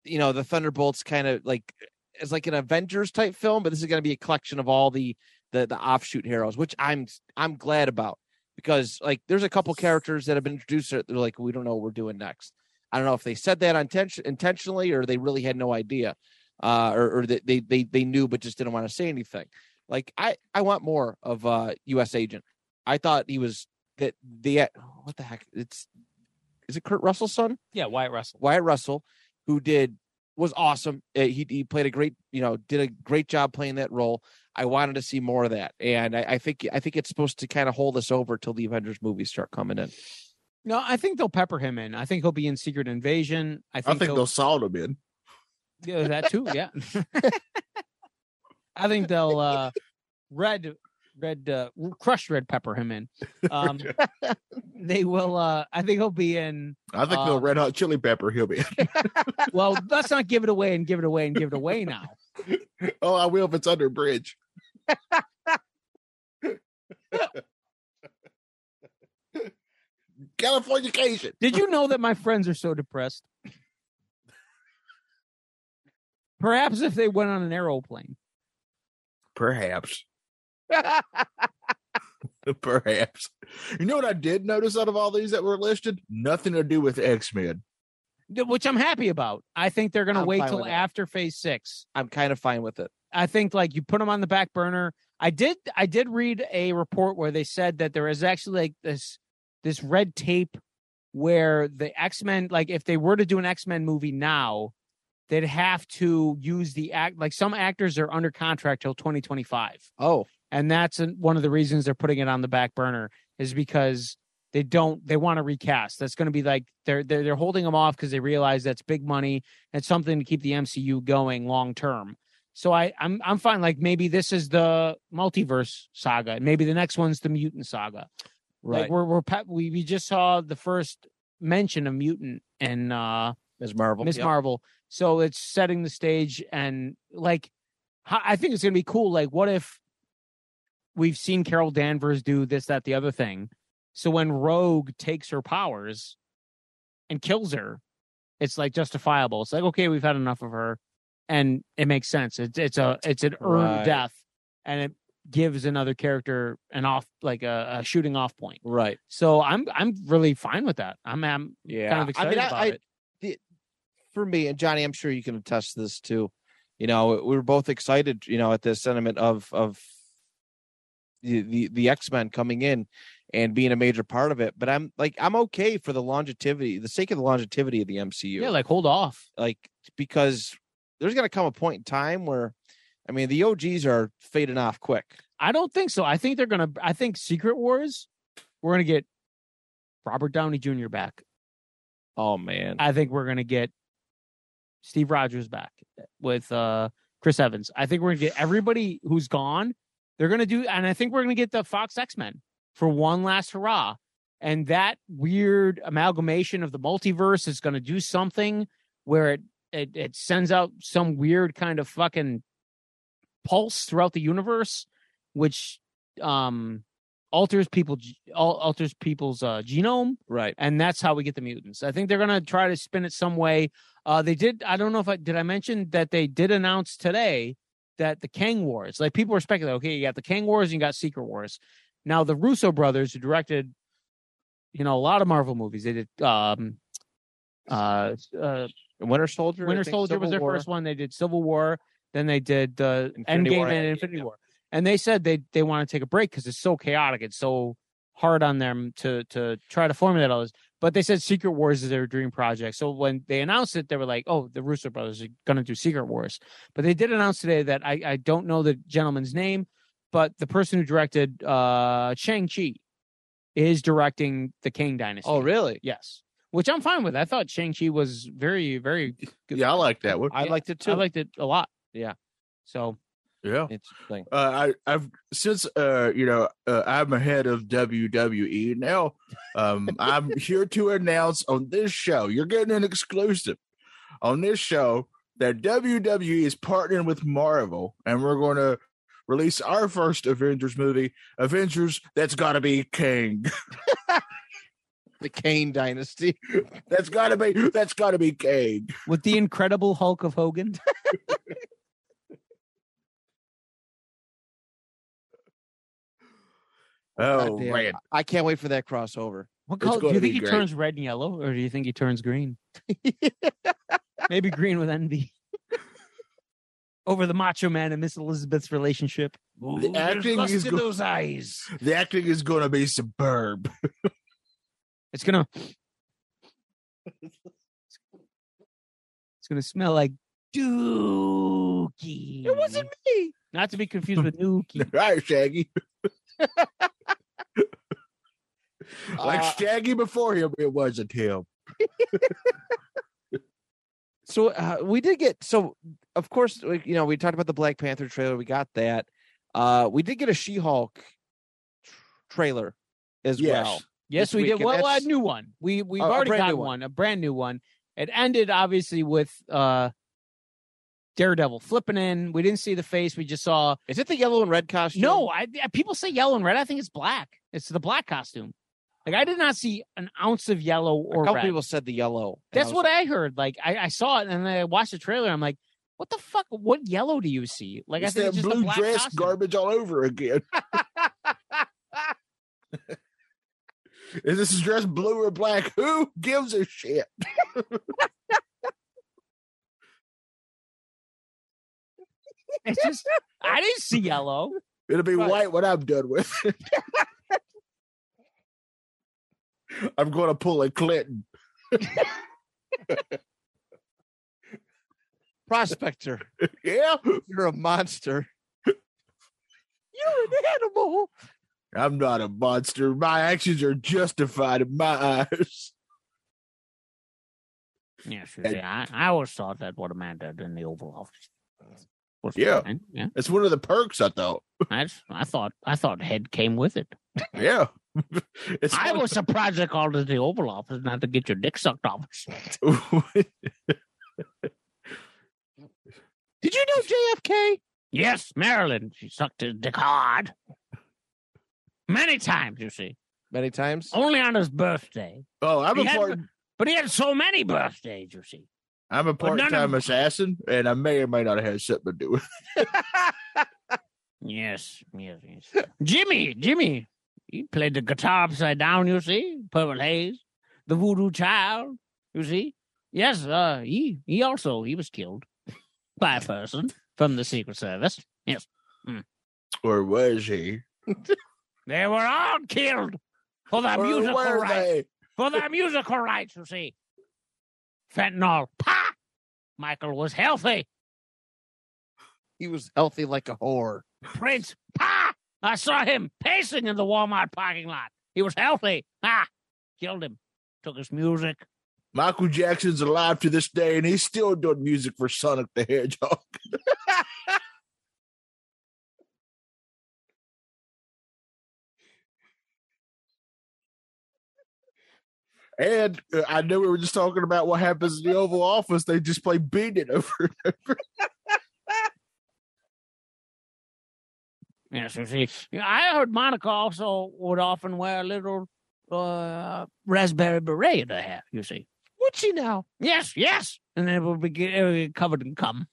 you know, the Thunderbolts kind of like it's like an Avengers type film, but this is gonna be a collection of all the the the offshoot heroes, which I'm I'm glad about because like there's a couple characters that have been introduced that they're like, we don't know what we're doing next. I don't know if they said that intention intentionally or they really had no idea uh, or, or that they, they they knew but just didn't want to say anything. Like I I want more of uh U.S. agent. I thought he was that the what the heck it's is it Kurt Russell's son
Yeah, Wyatt Russell.
Wyatt Russell who did was awesome. Uh, He he played a great you know did a great job playing that role. I wanted to see more of that, and I, I think I think it's supposed to kind of hold us over till the Avengers movies start coming in.
No, I think they'll pepper him in. I think he'll be in Secret Invasion. I
I
think,
think
he'll-
they'll solve them in.
Yeah, that too. Yeah. I think they'll uh red red uh crush red pepper him in. Um they will uh I think he'll be in
I think
Uh,
they'll red hot chili pepper. He'll be. <laughs>
well, let's not give it away and give it away and give it away now.
oh, I will if it's under a bridge. Californication.
Did you know that my friends are so depressed? Perhaps if they went on an aeroplane.
Perhaps. <laughs> Perhaps. You know what I did notice out of all these that were listed? Nothing to do with X Men.
th- Which I'm happy about. I think they're gonna
I'm
wait
fine
till
with that.
after phase six.
I'm kind of fine with it.
I think like you put them on the back burner. I did I did read a report where they said that there is actually like this this red tape where the X-Men like if they were to do an X-Men movie now, they'd have to use the act like some actors are under contract till 2025.
Oh,
And that's an, one of the reasons they're putting it on the back burner is because they don't they want to recast. That's going to be like they're they're, they're holding them off because they realize that's big money and something to keep the MCU going long term. So I I'm I'm fine. Like maybe this is the multiverse saga, and maybe the next one's the mutant saga.
right.
Like we're we're pa- we we just saw the first mention of mutant and uh
Ms. Marvel.
Miss
Oh, Yep.
Marvel. So it's setting the stage, and like, ho- I think it's gonna be cool. Like, what if we've seen Carol Danvers do this, that, the other thing? So when Rogue takes her powers and kills her, it's like justifiable. It's like okay, we've had enough of her, and it makes sense. It's it's a it's an earned
Right.
death, and it gives another character an off like a, a shooting off point.
Right.
So I'm I'm really fine with that. I'm I'm
Yeah.
kind of excited
I mean, I,
about
I-
it.
for me and Johnny, I'm sure you can attest to this too. You know, we were both excited, you know, at the sentiment of of the the, the X Men coming in and being a major part of it. But I'm like, I'm okay for the longevity, the sake of the longevity of the MCU.
Yeah, like hold off.
like because there's gonna come a point in time where, I mean, the OGs are fading off quick.
I don't think so. I think they're gonna. I think Secret Wars, we're gonna get Robert Downey Jr. back.
Oh man,
I think we're gonna get Steve Rogers back with uh Chris Evans. I think we're gonna get everybody who's gone. They're gonna do, and I think we're gonna get the Fox X Men for one last hurrah. And that weird amalgamation of the multiverse is gonna do something where it it, it sends out some weird kind of fucking pulse throughout the universe, which um alters people al- alters people's uh, genome,
Right.
and that's how we get the mutants. I think they're gonna try to spin it some way. Uh, they did. I don't know if I did. I mention that they did announce today that the Kang Wars. Like people were speculating. Okay, you got the Kang Wars and you got Secret Wars. Now the Russo brothers, who directed, you know, a lot of Marvel movies, they did. Um, uh, uh,
And Winter Soldier. I
Winter
think,
Soldier was
Civil
their
War.
first one. They did Civil War, then they did uh,
Infinity
Endgame
War.
and Infinity War. And they said they they want to take a break because it's so chaotic. It's so hard on them to to try to formulate all this. But they said Secret Wars is their dream project. So when they announced it, they were like, "Oh, the Russo brothers are going to do Secret Wars." But they did announce today that I I don't know the gentleman's name, but the person who directed uh Shang Chi is directing the King Dynasty.
Oh, really?
yes. Which I'm fine with. I thought Shang Chi was very, very
Yeah, I like that one.
I
Yeah,
liked it too.
I liked it a lot.
Yeah.
So
Yeah.
Interesting.
Uh, I, I've since uh, you know uh, I'm ahead of WWE now. Um, I'm here to announce on this show, you're getting an exclusive on this show that WWE is partnering with Marvel, and we're going to release our first Avengers movie, Avengers. That's got to be King.
The Kane Dynasty.
<laughs> That's got to be. That's got to be King.
with the Incredible Hulk of Hogan, <laughs>
Oh
Goddamn.
man,
I can't wait for that crossover.
what
It's
color? Do
gonna
you think
be
he
great.
turns red and yellow, or do you think he turns green? <laughs> Maybe green with envy <laughs> over the Macho Man and Miss Elizabeth's relationship.
The acting is go-
those eyes.
the acting is going to be superb.
It's
<laughs>
gonna. It's gonna smell like Dookie.
It wasn't me.
Not to be confused with Nuki.
All right, Shaggy. <laughs> like
Uh,
Shaggy before him, it wasn't him.
So uh, we did get so of course like, you know we talked about the Black Panther trailer. We got that. Uh, we did get a She-Hulk tr- trailer as
Yes.
well.
Yes,
this
we
week,
did.
and
Well, a
that's-
new one. We we've
A- a
already
brand
got
new
one.
one.
a brand new one. It ended obviously with uh Daredevil flipping in. We didn't see the face. We just saw.
Is it the yellow and red costume?
No, I I- people say yellow and red. I think it's black. It's the black costume. Like I did not see an ounce of yellow
a
or
couple
red.
people said the yellow. and
That's
was
what I heard. Like I, I saw it and then I watched the trailer. I'm like, what the fuck? What yellow do you see? Like
It's
I think
that
it's just the
blue
black
dress
costume. <laughs>
garbage all over again. <laughs> Is this dress blue or black? Who gives a shit?
It's just I didn't see
<laughs>
yellow.
It'll be
Right.
white when I'm done with it. <laughs> I'm going to pull a Clinton.
prospector. <laughs>
Yeah,
You're a monster. You're an animal.
I'm not a monster. My actions are justified in my eyes.
Yeah, sure.
And-
yeah. I, I always thought that what a man did in the Oval Office. Was
Yeah.
fine, yeah.
It's one of the perks, I thought.
I, just- I thought I thought head came with
<laughs>
it.
Yeah. It's
I
one-
was surprised they called it the Oval Office, not to get your dick sucked off.
<laughs>
Did you know JFK?
yes, Marilyn, she sucked his dick hard. Many times, you see,
Many times.
only on his birthday.
oh, I'm
He
a
had-
part.
But he had so many birthdays, you see.
I'm a
But none of-
part-time assassin, and I may or may not have had something to do with.
Yes, yes, yes. Jimmy, Jimmy, he played the guitar upside down. You see, Purple Haze, the Voodoo Child. You see, yes, uh, he he also he was killed <laughs> by a person from the Secret Service. Yes,
it. Or was he?
they were all killed for their
or
musical
were
rights.
they?
For their musical rights, you see. Fentanyl, pa. Michael was healthy.
He was healthy like a whore.
Prince, pa. I saw him pacing in the Walmart parking lot. He was healthy. Ah, killed him. Took his music.
Michael Jackson's alive to this day, and he's still doing music for Sonic the Hedgehog. <laughs> And uh, I know we were just talking about what happens in the Oval Office. They just play beat it over and over.
Yes, you see, I heard Monica also would often wear a little uh, raspberry beret in her hair. You see,
Would she now?
yes, yes, and then it would be it would be covered in cum.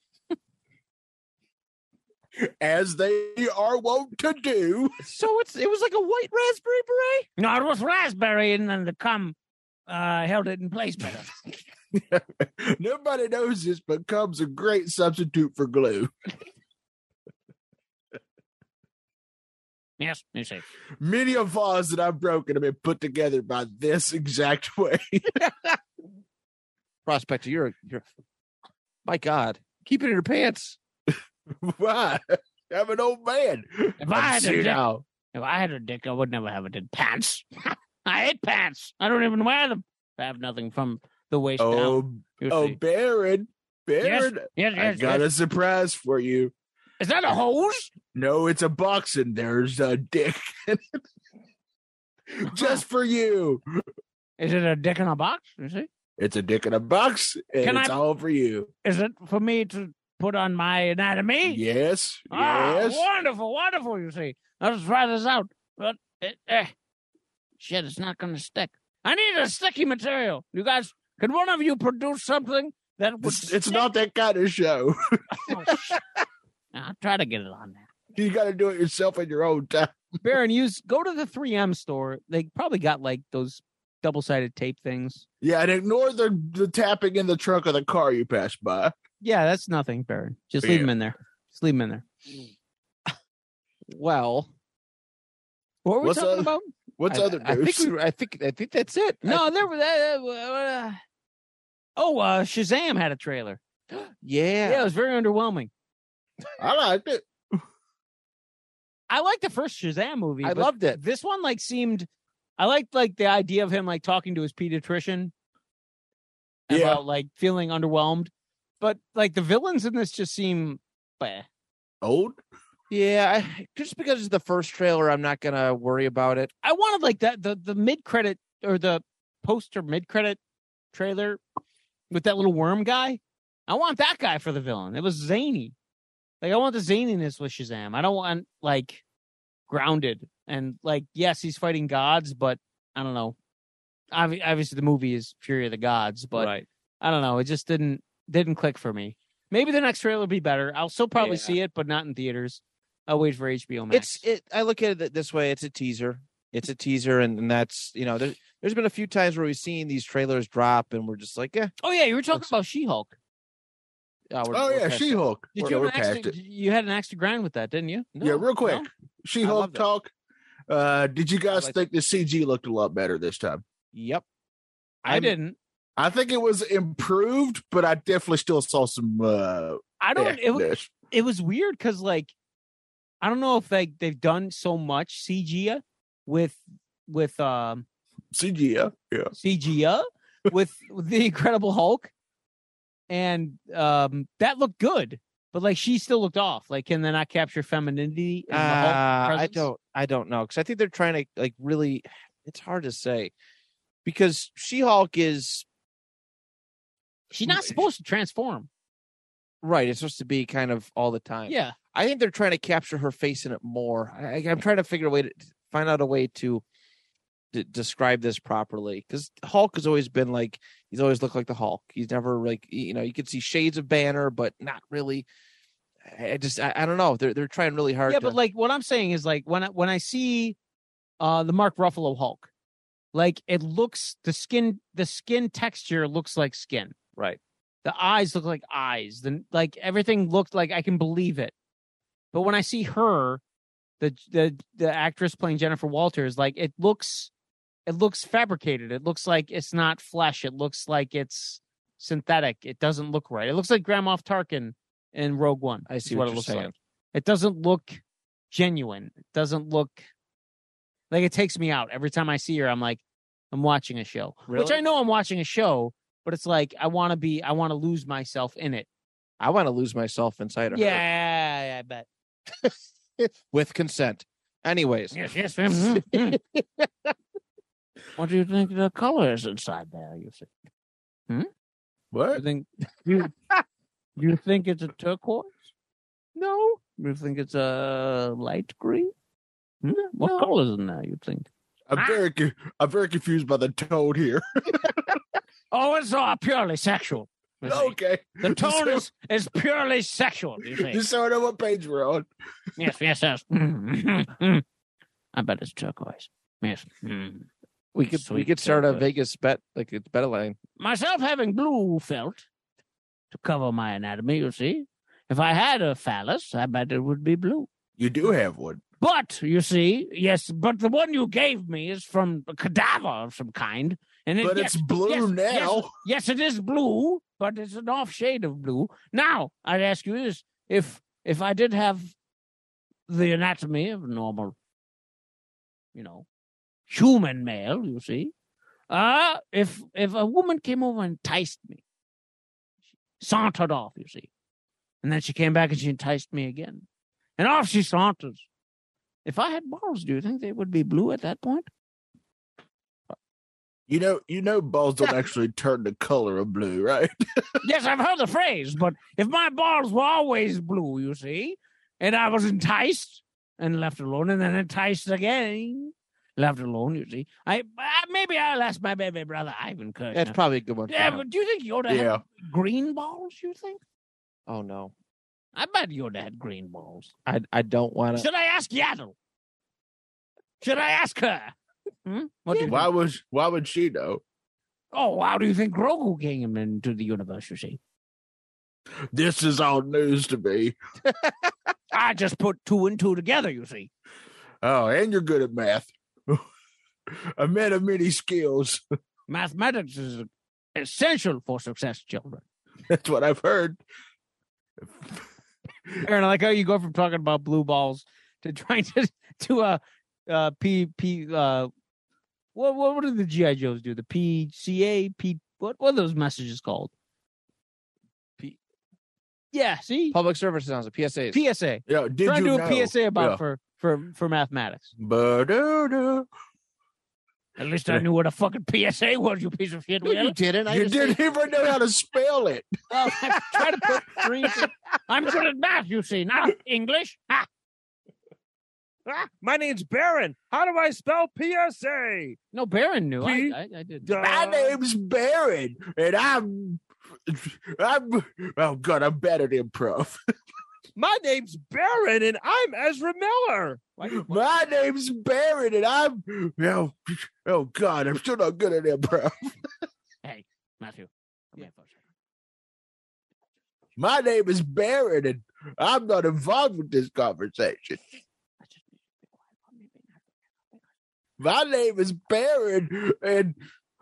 as they are wont to do.
So it's it was like a white raspberry beret.
No, it was raspberry, and then the cum uh, held it in place better.
Nobody knows this, but cum's a great substitute for glue.
yes, you see.
Many of laws that I've broken have been put together by this exact <laughs> way.
Prospector, you're you're. My God, keep it in your pants.
Why? I'm an old man.
If I had a dick,
now.
if I had a dick, I would never have it in pants. <laughs> I hate pants. I don't even wear them. I have nothing from the waist down.
Oh,
You
oh,
see.
Baron, Baron,
Yes,
I
yes,
got
yes.
a surprise for you.
Is that a hose?
No, it's a box, and there's a dick <laughs> in it. just for you.
Is it a dick in a box? You see?
It's a dick in a box, and
Can I-
it's all for you.
Is it for me to put on my anatomy?
Yes,
Ah,
yes.
wonderful, wonderful, you see. Let's try this out. But it, eh, shit, it's not going to stick. I need a sticky material. You guys, could one of you produce something that would
It's, it's
stick?
not that kind of show. <laughs>
Oh, shit. I'll try to get it on there.
You got to do it yourself in your own time.
Baron, use go to the 3M store. They probably got like those double sided tape things.
Yeah, and ignore the the tapping in the trunk of the car you pass by.
Yeah, that's nothing, Baron. Just leave
leave 'em
them in there. Just leave them in there.
Well,
What were we
What's
talking
other-
about?
What's
I,
other
I
news?
think we, I think I think that's it. I-
No, there was. Uh, uh, oh, uh, Shazam had a trailer.
yeah.
Yeah, it was very underwhelming.
I liked it.
I liked the first Shazam movie.
I
but
loved it.
this one. Like seemed, I liked like the idea of him like talking to his pediatrician
Yeah.
about like feeling underwhelmed, but like the villains in this just seem. bleh.
Old?
Yeah, I, just because it's the first trailer, I'm not gonna worry about it.
I wanted like that the the mid credit or the poster mid credit trailer with that little worm guy. I want that guy for the villain. It was zany. Like I want the zaniness with Shazam. I don't want like grounded and like yes, he's fighting gods, but I don't know. Obvi- Obviously, the movie is Fury of the Gods, but I don't know. It just didn't didn't click for me. Maybe the next trailer will be better. I'll still probably
Yeah.
see it, but not in theaters. I'll wait for HBO Max.
it's it. I look at it th- this way: it's a teaser. It's a teaser, and, and that's you know, there, there's been a few times where we've seen these trailers drop, and we're just like, yeah,
oh yeah, you were talking
Looks-
about She Hulk.
oh, we're,
Oh
we're
yeah,
past
She
it.
Hulk.
Did
We're,
you have
we're
an axe
past
to,
it.
you had an axe to grind with that, didn't you?
No,
yeah, real quick.
no.
She
I
Hulk
loved it.
talk. Uh, did you guys
liked
think the CG looked a lot better this time?
Yep.
I
I'm-
didn't.
I think it was improved, but I definitely still saw some. Uh,
I don't. It, wa-
hackness.
it was weird because like, I don't know if like they've done so much CG with with um
CG, yeah, yeah.
CG with the Incredible Hulk, and um that looked good, but like she still looked off. Like, can they not capture femininity? In the Hulk?
Uh, I
presence?
don't. I don't know because I think they're trying to like really. It's hard to say because She Hulk is
She's not supposed to transform.
right. It's supposed to be kind of all the time.
Yeah,
I think they're trying to capture her face in it more. I, I'm trying to figure a way to find out a way to, d describe this properly because Hulk has always been like he's always looked like the Hulk. He's never like y- you know you could see shades of Banner, but not really. I I just I, I don't know. They're they're trying really hard.
yeah,
to,
but like what I'm saying is like when I, when I see uh the Mark Ruffalo Hulk, like it looks the skin the skin texture looks like skin.
Right.
The eyes look like eyes. Then like everything looked like I can believe it. But when I see her, the the the actress playing Jennifer Walters, like it looks it looks fabricated. It looks like it's not flesh. It looks like it's synthetic. It doesn't look right. It looks like Grand Moff Tarkin in Rogue One.
I
is
see what
it
you're
looks
saying.
like. It doesn't look genuine. It doesn't look like it takes me out every time I see her. I'm like, I'm watching a show, which
Really?
I know I'm watching a show, but it's like I want to be, I want to lose myself in it.
I want to lose myself inside of her.
Yeah, I bet.
with consent. Anyways,
<laughs> Yes, yes. mhm, mhm. <laughs> what do you think the color is inside there? You see, <laughs>
What?
think you you think it's a turquoise?
no,
You think it's a uh, light green? Hmm? What color is it now? You think?
I'm
Ah.
very, co- I'm very confused by the tone here.
Oh, it's all purely sexual. you see.
<laughs> okay,
The tone
So-
is, is purely sexual. You see?
just so I know what page we're on.
yes, yes, yes. <laughs> I bet it's turquoise. Yes. Mm.
We could we
Sweet
could start a
turquoise.
Vegas bet like it's bet line.
Myself having blue felt to cover my anatomy, you see. If I had a phallus, I bet it would be blue.
You do have
<laughs>
one.
But you see, yes, but the one you gave me is from a cadaver of some kind, and it,
but
yes,
it's blue
yes,
now.
yes, it is blue, but it's an off shade of blue. Now, I'd ask you this: if if I did have the anatomy of a normal, you know, human male, you see, uh, if if a woman came over and enticed me, she sauntered off, you see, and then she came back and she enticed me again, and off she saunters. If I had balls, do you think they would be blue at that point?
You know, you know, balls don't actually turn the color of
<laughs>
blue, right?
Yes, I've heard the phrase, but if my balls were always blue, you see, and I was enticed and left alone, and then enticed again, left alone, you see, I uh, maybe I'll ask my baby brother Ivan Kirchner.
That's probably a good one. for
yeah,
him.
but do you think Yoda had
yeah.
green balls? You think?
Oh no,
I bet Yoda had green balls.
I I don't want to.
Should I ask Yaddle? Should I ask her? Hmm? What do you
Why
think?
was? Why would she know?
Oh, how do you think Grogu came into the universe? You see,
This is all news to me.
I just put two and two together. You see.
Oh, and you're good at math. <laughs> a man of many skills. <laughs>
Mathematics is essential for success, children.
That's what I've heard.
Aaron, I like how you go from talking about blue balls to <laughs> trying to to uh uh P P uh what what what do the GI Joes do? The P C A P what what are those messages called?
P-
yeah, see
Public service announcement, PSAs.
PSA.
Yeah, did
Trying
you
to do a
know?
PSA about
Yeah.
for for for mathematics.
Ba-da-da.
At least I knew what a fucking PSA was, you piece of shit.
no, you
Will.
didn't. I
You
just said-
<laughs>
didn't even know how to spell it.
Well, I try to put three. I'm good at math, you see, not English. Ha.
Ah, my name's Baron. How do I spell PSA?
No, Baron knew.
P-
I, I, I did.
Duh.
My name's Baron, and I'm. I'm. Oh God, I'm bad at improv.
My name's Baron, and I'm Ezra Miller.
My name's Baron, and I'm. Oh, oh God, I'm still not good at improv.
Matthew. Come here for a second.
My name is Baron, and I'm not involved with this conversation.
I just need you to be quiet for me being happy.
My name is Baron, and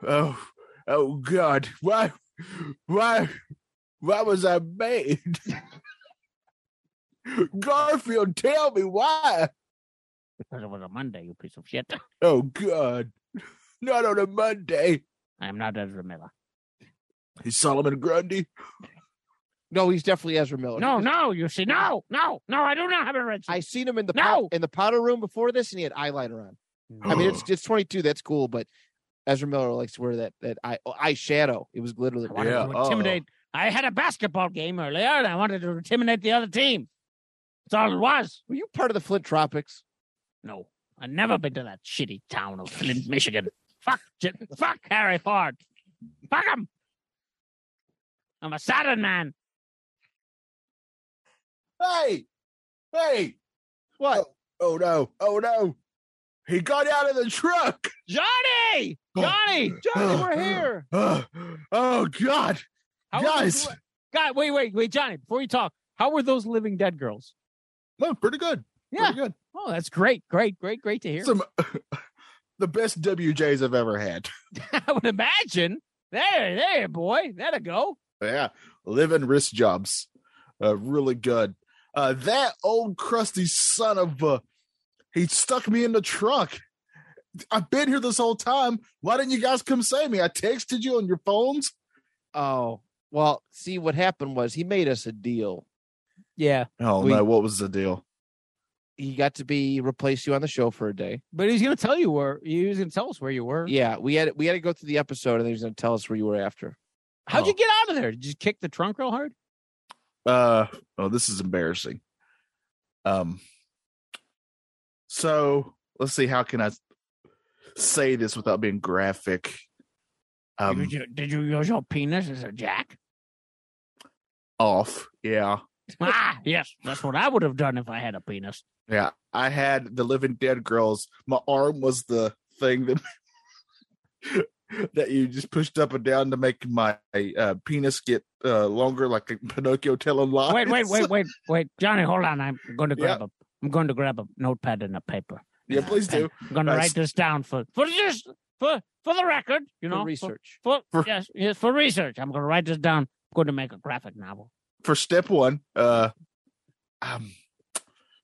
oh, oh God, why, why, why was I made? <laughs> Garfield, tell me why.
Because it was a Monday, you piece of shit.
Oh God, not on a Monday.
I am not Ezra Miller.
Is Solomon Grundy?
No, he's definitely Ezra Miller.
No, no, you see, no, no, no, I do not have a red
Oh, I seen him in the
No.
pow- in the powder room before this, and he had eyeliner on. I mean, it's it's 22. That's cool, but Ezra Miller likes to wear that that eye eye shadow. It was literally
I wanted
Yeah,
to
uh-oh.
intimidate. I had a basketball game earlier, and I wanted to intimidate the other team. That's all it was.
Were you part of the Flint Tropics?
No, I've never been to that shitty town of Flint, Michigan. fuck, J- fuck Harry Ford. Fuck him. I'm a Saturn man.
Hey, hey,
What?
oh no, oh no, he got out of the truck. <sighs>
Johnny! Johnny!
Johnny, we're here.
Oh, oh, God,
How were
guys,
those- God, wait, wait, wait, Johnny, before you talk, how were those living dead girls?
no, pretty good.
Yeah.
pretty good.
Oh, that's great, great, great, great to hear.
Some <laughs> the best WJs I've ever had.
<laughs>
<laughs>
I would imagine. There, there, boy. That'll go.
Yeah, living wrist jobs, uh, really good. Uh, that old crusty son of a, he stuck me in the truck. I've been here this whole time. Why didn't you guys come save me? I texted you on your phones.
Oh, well, see what happened was he made us a deal.
Yeah.
Oh
We-
no, what was the deal?
He got to be replace you on the show for a day.
But he's gonna tell you where he was gonna tell us where you were.
Yeah, we had we had to go through the episode, and then he was going to tell us where you were after.
How'd
Oh.
you get out of there? Did you kick the trunk real hard?
Uh, oh, this is embarrassing. Um, so let's see. How can I say this without being graphic? Um,
did, you, did you use your penis as a <laughs> jack?
off. Yeah.
ah, yes, that's what I would have done if I had a penis.
Yeah, I had the Living Dead girls. My arm was the thing that <laughs> that you just pushed up and down to make my uh, penis get uh, longer, like a Pinocchio telling lies.
Wait, wait, wait, wait, wait, Johnny, hold on. I'm going to
Yeah.
grab a. I'm going to grab a notepad and a paper.
<laughs> Yeah, please do.
I'm going to
Nice.
write this down for for just for for the record. You know,
for
for-
research.
For,
For-
yes, yes, for research. I'm going to write this down. I'm going to make a graphic novel.
For step one, uh, um,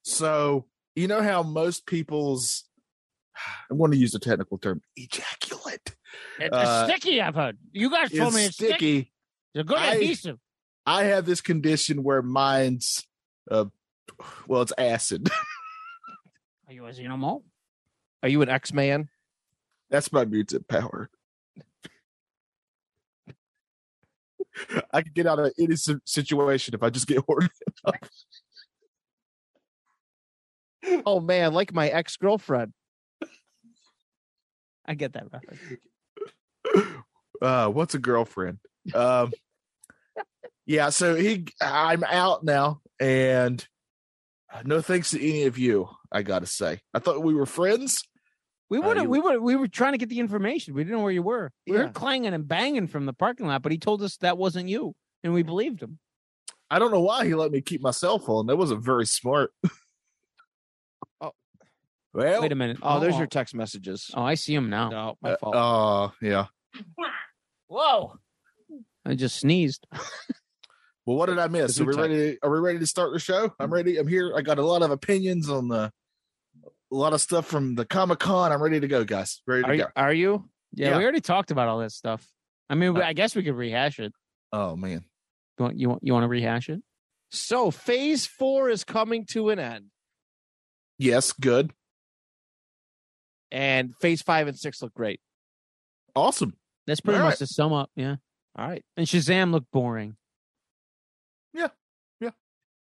so you know how most people's <sighs> I want to use the technical term ejaculate.
It's
Uh,
sticky. I've heard you guys told me
It's
it's sticky.
sticky.
It's a good
I-
adhesive.
I have this condition where mine's, uh, well, it's acid. <laughs>
Are you a xenomorph?
Are you an X man?
That's my mutant power. <laughs> I can get out of any si- situation if I just get <laughs> horny.
Oh man, like my ex girlfriend.
I get that reference.
Uh, what's a girlfriend? Um, yeah, so he, I'm out now, and no thanks to any of you. I gotta say, I thought we were friends.
We
Uh,
would have
you-
we would we were trying to get the information. We didn't know where you were. We
Yeah.
heard clanging and banging from the parking lot, but he told us that wasn't you, and we believed him.
I don't know why he let me keep my cell phone. That wasn't very smart.
Oh.
well,
Wait a minute.
Oh, there's your text messages.
Oh, I see him now.
No, my fault.
uh, yeah.
Whoa! I just sneezed.
Well, what did I miss?
The
Are we
Zoot Type.
ready? Are we ready to start the show? I'm ready. I'm here. I got a lot of opinions on the, a lot of stuff from the Comic Con. I'm ready to go, guys. Ready to
are
go.
you? Are you?
Yeah, Uh,
Yeah.
we already talked about all that stuff. I mean, we I guess we could rehash it.
Oh man,
You want you want you want to rehash it?
So phase four is coming to an end,
yes, good,
and phase five and six look great.
awesome.
That's pretty
All
much
right.
the sum up. Yeah.
All right.
And Shazam looked boring.
Yeah. Yeah.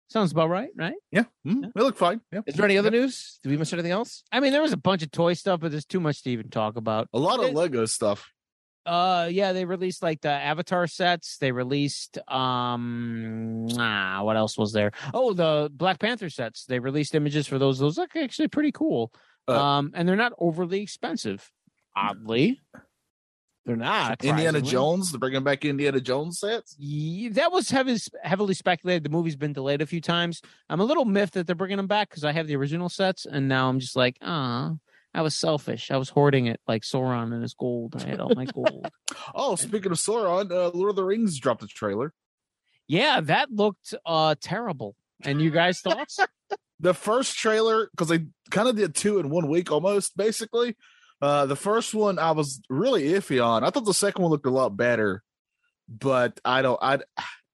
Sounds about right, right?
Yeah, mm,
Yeah.
it looked fine. Yeah,
Is there any other news? Did we miss anything else?
I mean, there was a bunch of toy stuff, but there's too much to even talk about.
a lot of
It-
Lego stuff.
Uh, yeah, they released like the Avatar sets. They released um, ah, what else was there? Oh, the Black Panther sets. They released images for those. Those look actually pretty cool.
Uh,
um, and they're not overly expensive, oddly.
They're not.
Indiana
surprisingly.
Jones. They're bringing back Indiana Jones sets.
Ye- That was heavily, heavily speculated. The movie's been delayed a few times. I'm a little miffed that they're bringing them back because I have the original sets, and now I'm just like, ah, I was selfish. I was hoarding it like Sauron and his gold. I had all my gold.
Oh, speaking of Sauron, uh, Lord of the Rings dropped a trailer.
<laughs> yeah, that looked uh terrible. And you guys thoughts?
the first trailer because they kind of did two in one week almost basically uh the first one i was really iffy on i thought the second one looked a lot better but i don't i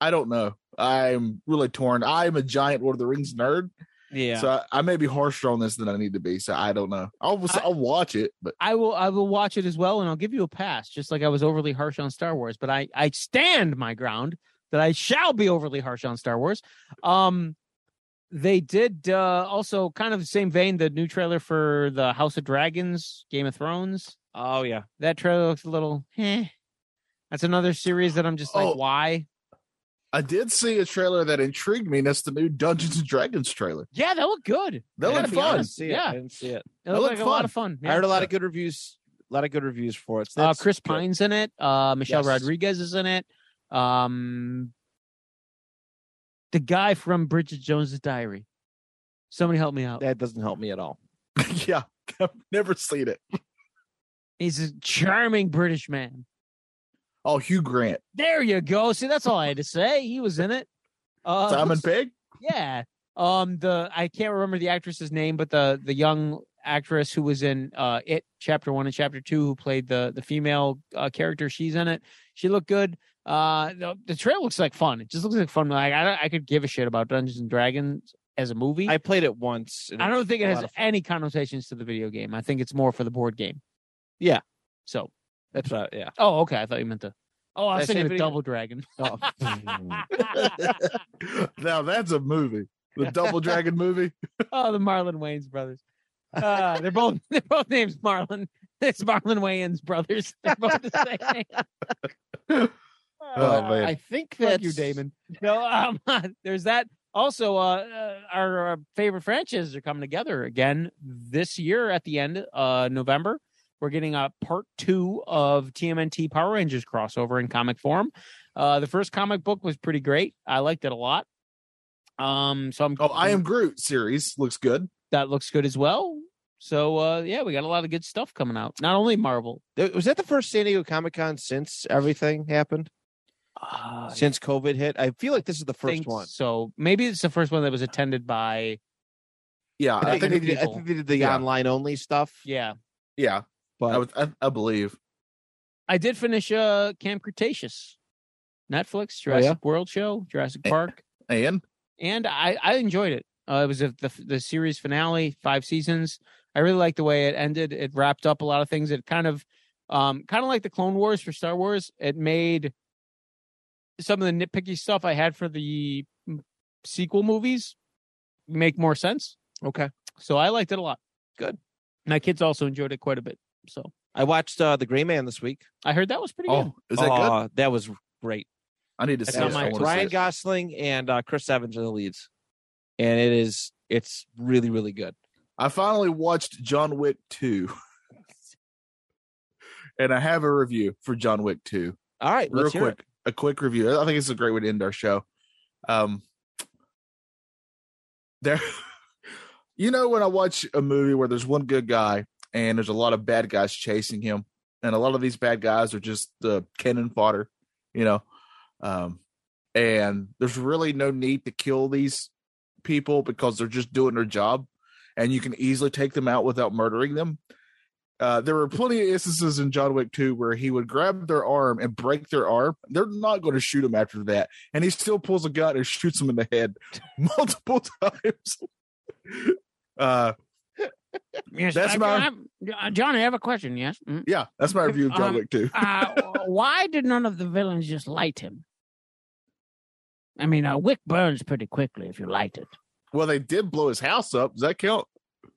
i don't know i'm really torn i'm a giant lord of the rings nerd
Yeah.
so I, I may be harsher on this than i need to be so i don't know i'll,
I-
I, will watch it but
I will I will watch it as well and I'll give you a pass, just like I was overly harsh on Star Wars, but I, I stand my ground that I shall be overly harsh on Star Wars. Um they did uh also kind of the same vein, the new trailer for the House of Dragons, Game of Thrones.
oh yeah.
That trailer looks a little eh. That's another series that I'm just like,
Oh.
why?
i did see a trailer that intrigued me and that's the new dungeons and dragons trailer
Yeah, that looked good.
that
I
looked
gotta be
fun
honest.
See it.
Yeah.
I didn't see it.
It
That
looked like
looked
a lot
fun.
of fun.
I
Yeah.
heard a lot of good reviews. A lot of good reviews for it. So
Uh,
that's
Chris
good.
Pine's in it. Uh, Michelle
Yes.
Rodriguez is in it. Um, the guy from Bridget Jones's Diary. Somebody help me out.
That doesn't help me at all.
<laughs> yeah i've never seen it
He's a charming British man.
oh hugh grant
There you go. See, that's all I had to say. He was in it.
Oh.
Uh,
simon
<laughs>
pegg
Yeah. Um. The I can't remember the actress's name, but the the young actress who was in uh it chapter one and chapter two who played the the female uh, character she's in it she looked good uh the, the trail looks like fun it just looks like fun like i, don't- I could give a shit about dungeons and dragons as a movie
I
i,
played it once. and
don't think it
a
has
lot of fun.
any connotations to the video game i think it's more for the board game
Yeah.
so
That's right. Yeah.
oh okay i thought you meant the oh
Did I
i was
say <laughs>
<laughs> thinking of
video game?
double dragon
Oh.
now that's a movie
<laughs>
The Double Dragon movie.
Oh, the Marlon Wayans brothers. Uh, they're both <laughs> they're both names Marlon. <laughs> It's Marlon Wayans brothers. <laughs> They're both the same name.
Oh,
Uh,
man.
I think
Fuck
that's
you, Damon. No, um, <laughs> there's that. Also, uh, uh, our, our favorite franchises are coming together again this year at the end uh November. We're getting a part two of TMNT Power Rangers crossover in comic form. Uh, the first comic book was pretty great. I liked it a lot. Um, so I'm
Oh, I Am Groot series looks good.
that looks good as well. So uh, yeah, we got a lot of good stuff coming out. Not only Marvel.
Th- Was that the first San Diego Comic Con since everything happened?
Uh,
Since COVID hit? I feel like this is the Ah, first
think
one.
So maybe it's the first one that was attended by
Yeah, I think.
they did, I
people.
think they did the um,
Yeah.
online only stuff.
yeah.
Yeah,
but
I, would, I, I believe.
I did finish uh Camp Cretaceous, Netflix
Oh,
Jurassic World show, Jurassic
Eh.
Park,
And
and I I enjoyed it. Uh, it was a, the the series finale, five seasons. I really liked the way it ended. It wrapped up a lot of things. It kind of, um, kind of like the Clone Wars for Star Wars. It made some of the nitpicky stuff I had for the mm, sequel movies make more sense.
okay.
So I liked it a lot.
Good.
My kids also enjoyed it quite a bit. So
I watched uh, The Gray Man this week.
I heard that was pretty good.
oh, is that good?
Uh, That was great.
I need to
that's
see
not
it.
my-
I wanna see
Ryan
it.
Gosling and uh, Chris Evans are the leads, and it is it's really really good.
I finally watched John Wick 2. <laughs> and I have a review for John Wick 2.
All right,
Real
let's hear
quick, a quick review. I think it's a great way to end our show. Um there <laughs> You know when I watch a movie where there's one good guy and there's a lot of bad guys chasing him and a lot of these bad guys are just uh, cannon fodder, you know. Um and there's really no need to kill these people because they're just doing their job and you can easily take them out without murdering them. Uh, there were plenty of instances in John Wick 2 where he would grab their arm and break their arm. They're not going to shoot him after that. And he still pulls a gun and shoots him in the head <laughs> multiple times. <laughs> Uh,
Yes,
That's
I-
my-
I- Johnny, I have a question. Yes. Mm.
yeah, that's my review of John
Um,
Wick 2.
uh, why did none of the villains just light him? I mean, uh, wick burns pretty quickly if you light it.
Well, they did blow his house up. Does that count?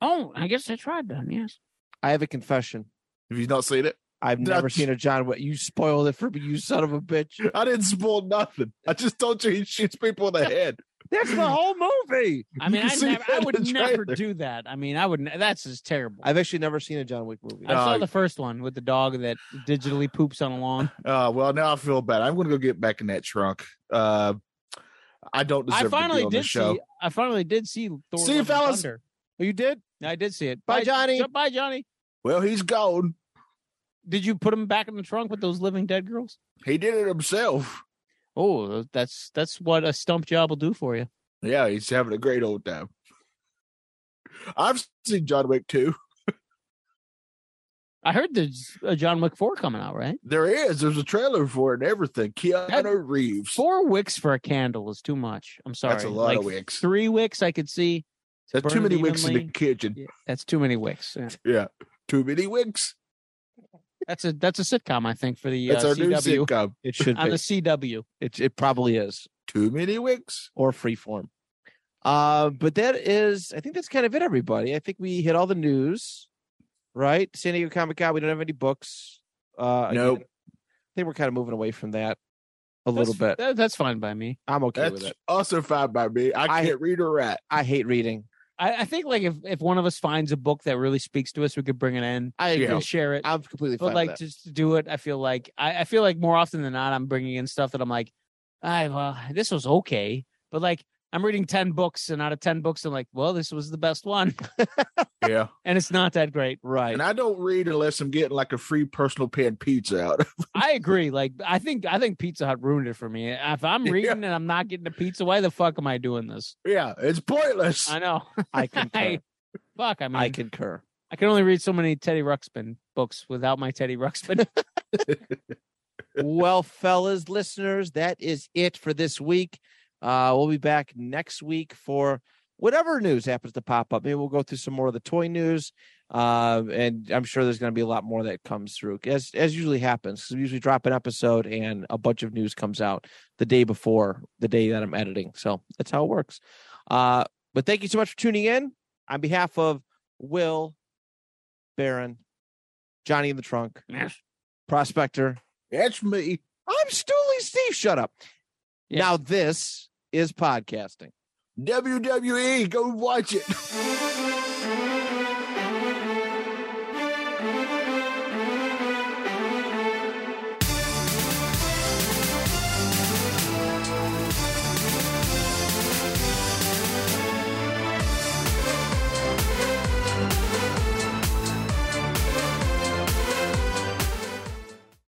Oh, I guess that's right, then. Yes.
it. I have a confession.
Have you not seen it?
I've never
That's-
seen a John Wick. You spoiled it for me, you son of a bitch.
I didn't spoil nothing. I just told you he shoots people in the head.
That's the whole movie.
I mean,
can
I,
see
never,
that
I
in
would
the
never
trailer.
do that. I mean, I would. ne- That's just terrible. I,
I've actually never seen a John Wick movie.
Uh,
saw the first one with the dog that digitally poops on a
<laughs>
lawn.
Uh, well, now I feel bad. I'm going to go get back in that trunk. Uh, I don't deserve
I
to be
finally
on
did
the show.
see. I finally did see Thor.
See
Love
you,
and
fellas.
Thunder.
Oh, you did?
I did see it.
Bye, Johnny.
Jo- Bye, Johnny.
Well, he's gone.
Did you put him back in the trunk with those living dead girls?
He did it himself.
Oh, that's that's what a stump job will do for you.
Yeah, he's having a great old time. I've seen John Wick 2.
I heard there's a John Wick four coming out, right?
There is. There's a trailer for it and everything. Keanu
That-
Reeves.
Four wicks for a candle is too much. I'm sorry.
That's a lot
Like,
of wicks.
Three wicks I could see.
That's
burn
too many
it
wicks in the
evenly.
kitchen.
Yeah, that's too many wicks. Yeah.
Yeah. Too many wicks.
That's a that's a sitcom I think for the uh,
That's our new
CW
sitcom.
It should
on
be.
the CW.
It, it probably is,
Too many wicks.
or Freeform. Uh, but that is, I think that's kind of it, everybody. I think we hit all the news, right? San Diego Comic Con. We don't have any books. Uh, again,
Nope.
I think we're kind of moving away from that a
That's-
little bit.
that- that's fine by me.
I'm okay
That's
with it.
also fine by me. I
I-
can't read or write.
I hate reading.
I, I think like if, if one of us finds a book that really speaks to us, we could bring it in
I
Yeah.
agree.
and share it.
I'm completely fine. with
but like
that.
just to do it, I feel like I, I feel like more often than not, I'm bringing in stuff that I'm like, I well, this was okay, but like I'm reading ten books, and out of ten books, I'm like, well, this was the best one, <laughs>
Yeah.
and it's not that great.
right.
And I don't read unless I'm getting like a free personal pan pizza out. <laughs>
I agree. Like I think I think Pizza Hut ruined it for me. If I'm <laughs>
Yeah.
reading and I'm not getting a pizza, why the fuck am I doing this?
yeah. It's pointless.
<laughs> I know.
I concur.
I- fuck. I mean,
I
I can,
concur.
only read so many Teddy Ruxpin books without my Teddy Ruxpin.
well, fellas, listeners, that is it for this week. Uh, we'll be back next week for whatever news happens to pop up. Maybe we'll go through some more of the toy news, uh, and I'm sure there's going to be a lot more that comes through, as as usually happens. 'cause we usually drop an episode and a bunch of news comes out the day before the day that I'm editing. So that's how it works. Uh, but thank you so much for tuning in. On behalf of Will, Baron, Johnny in the Trunk, Prospector,
That's me.
I'm Stooley Steve. Shut up.
Yeah.
Now this is podcasting.
WWE, go watch it.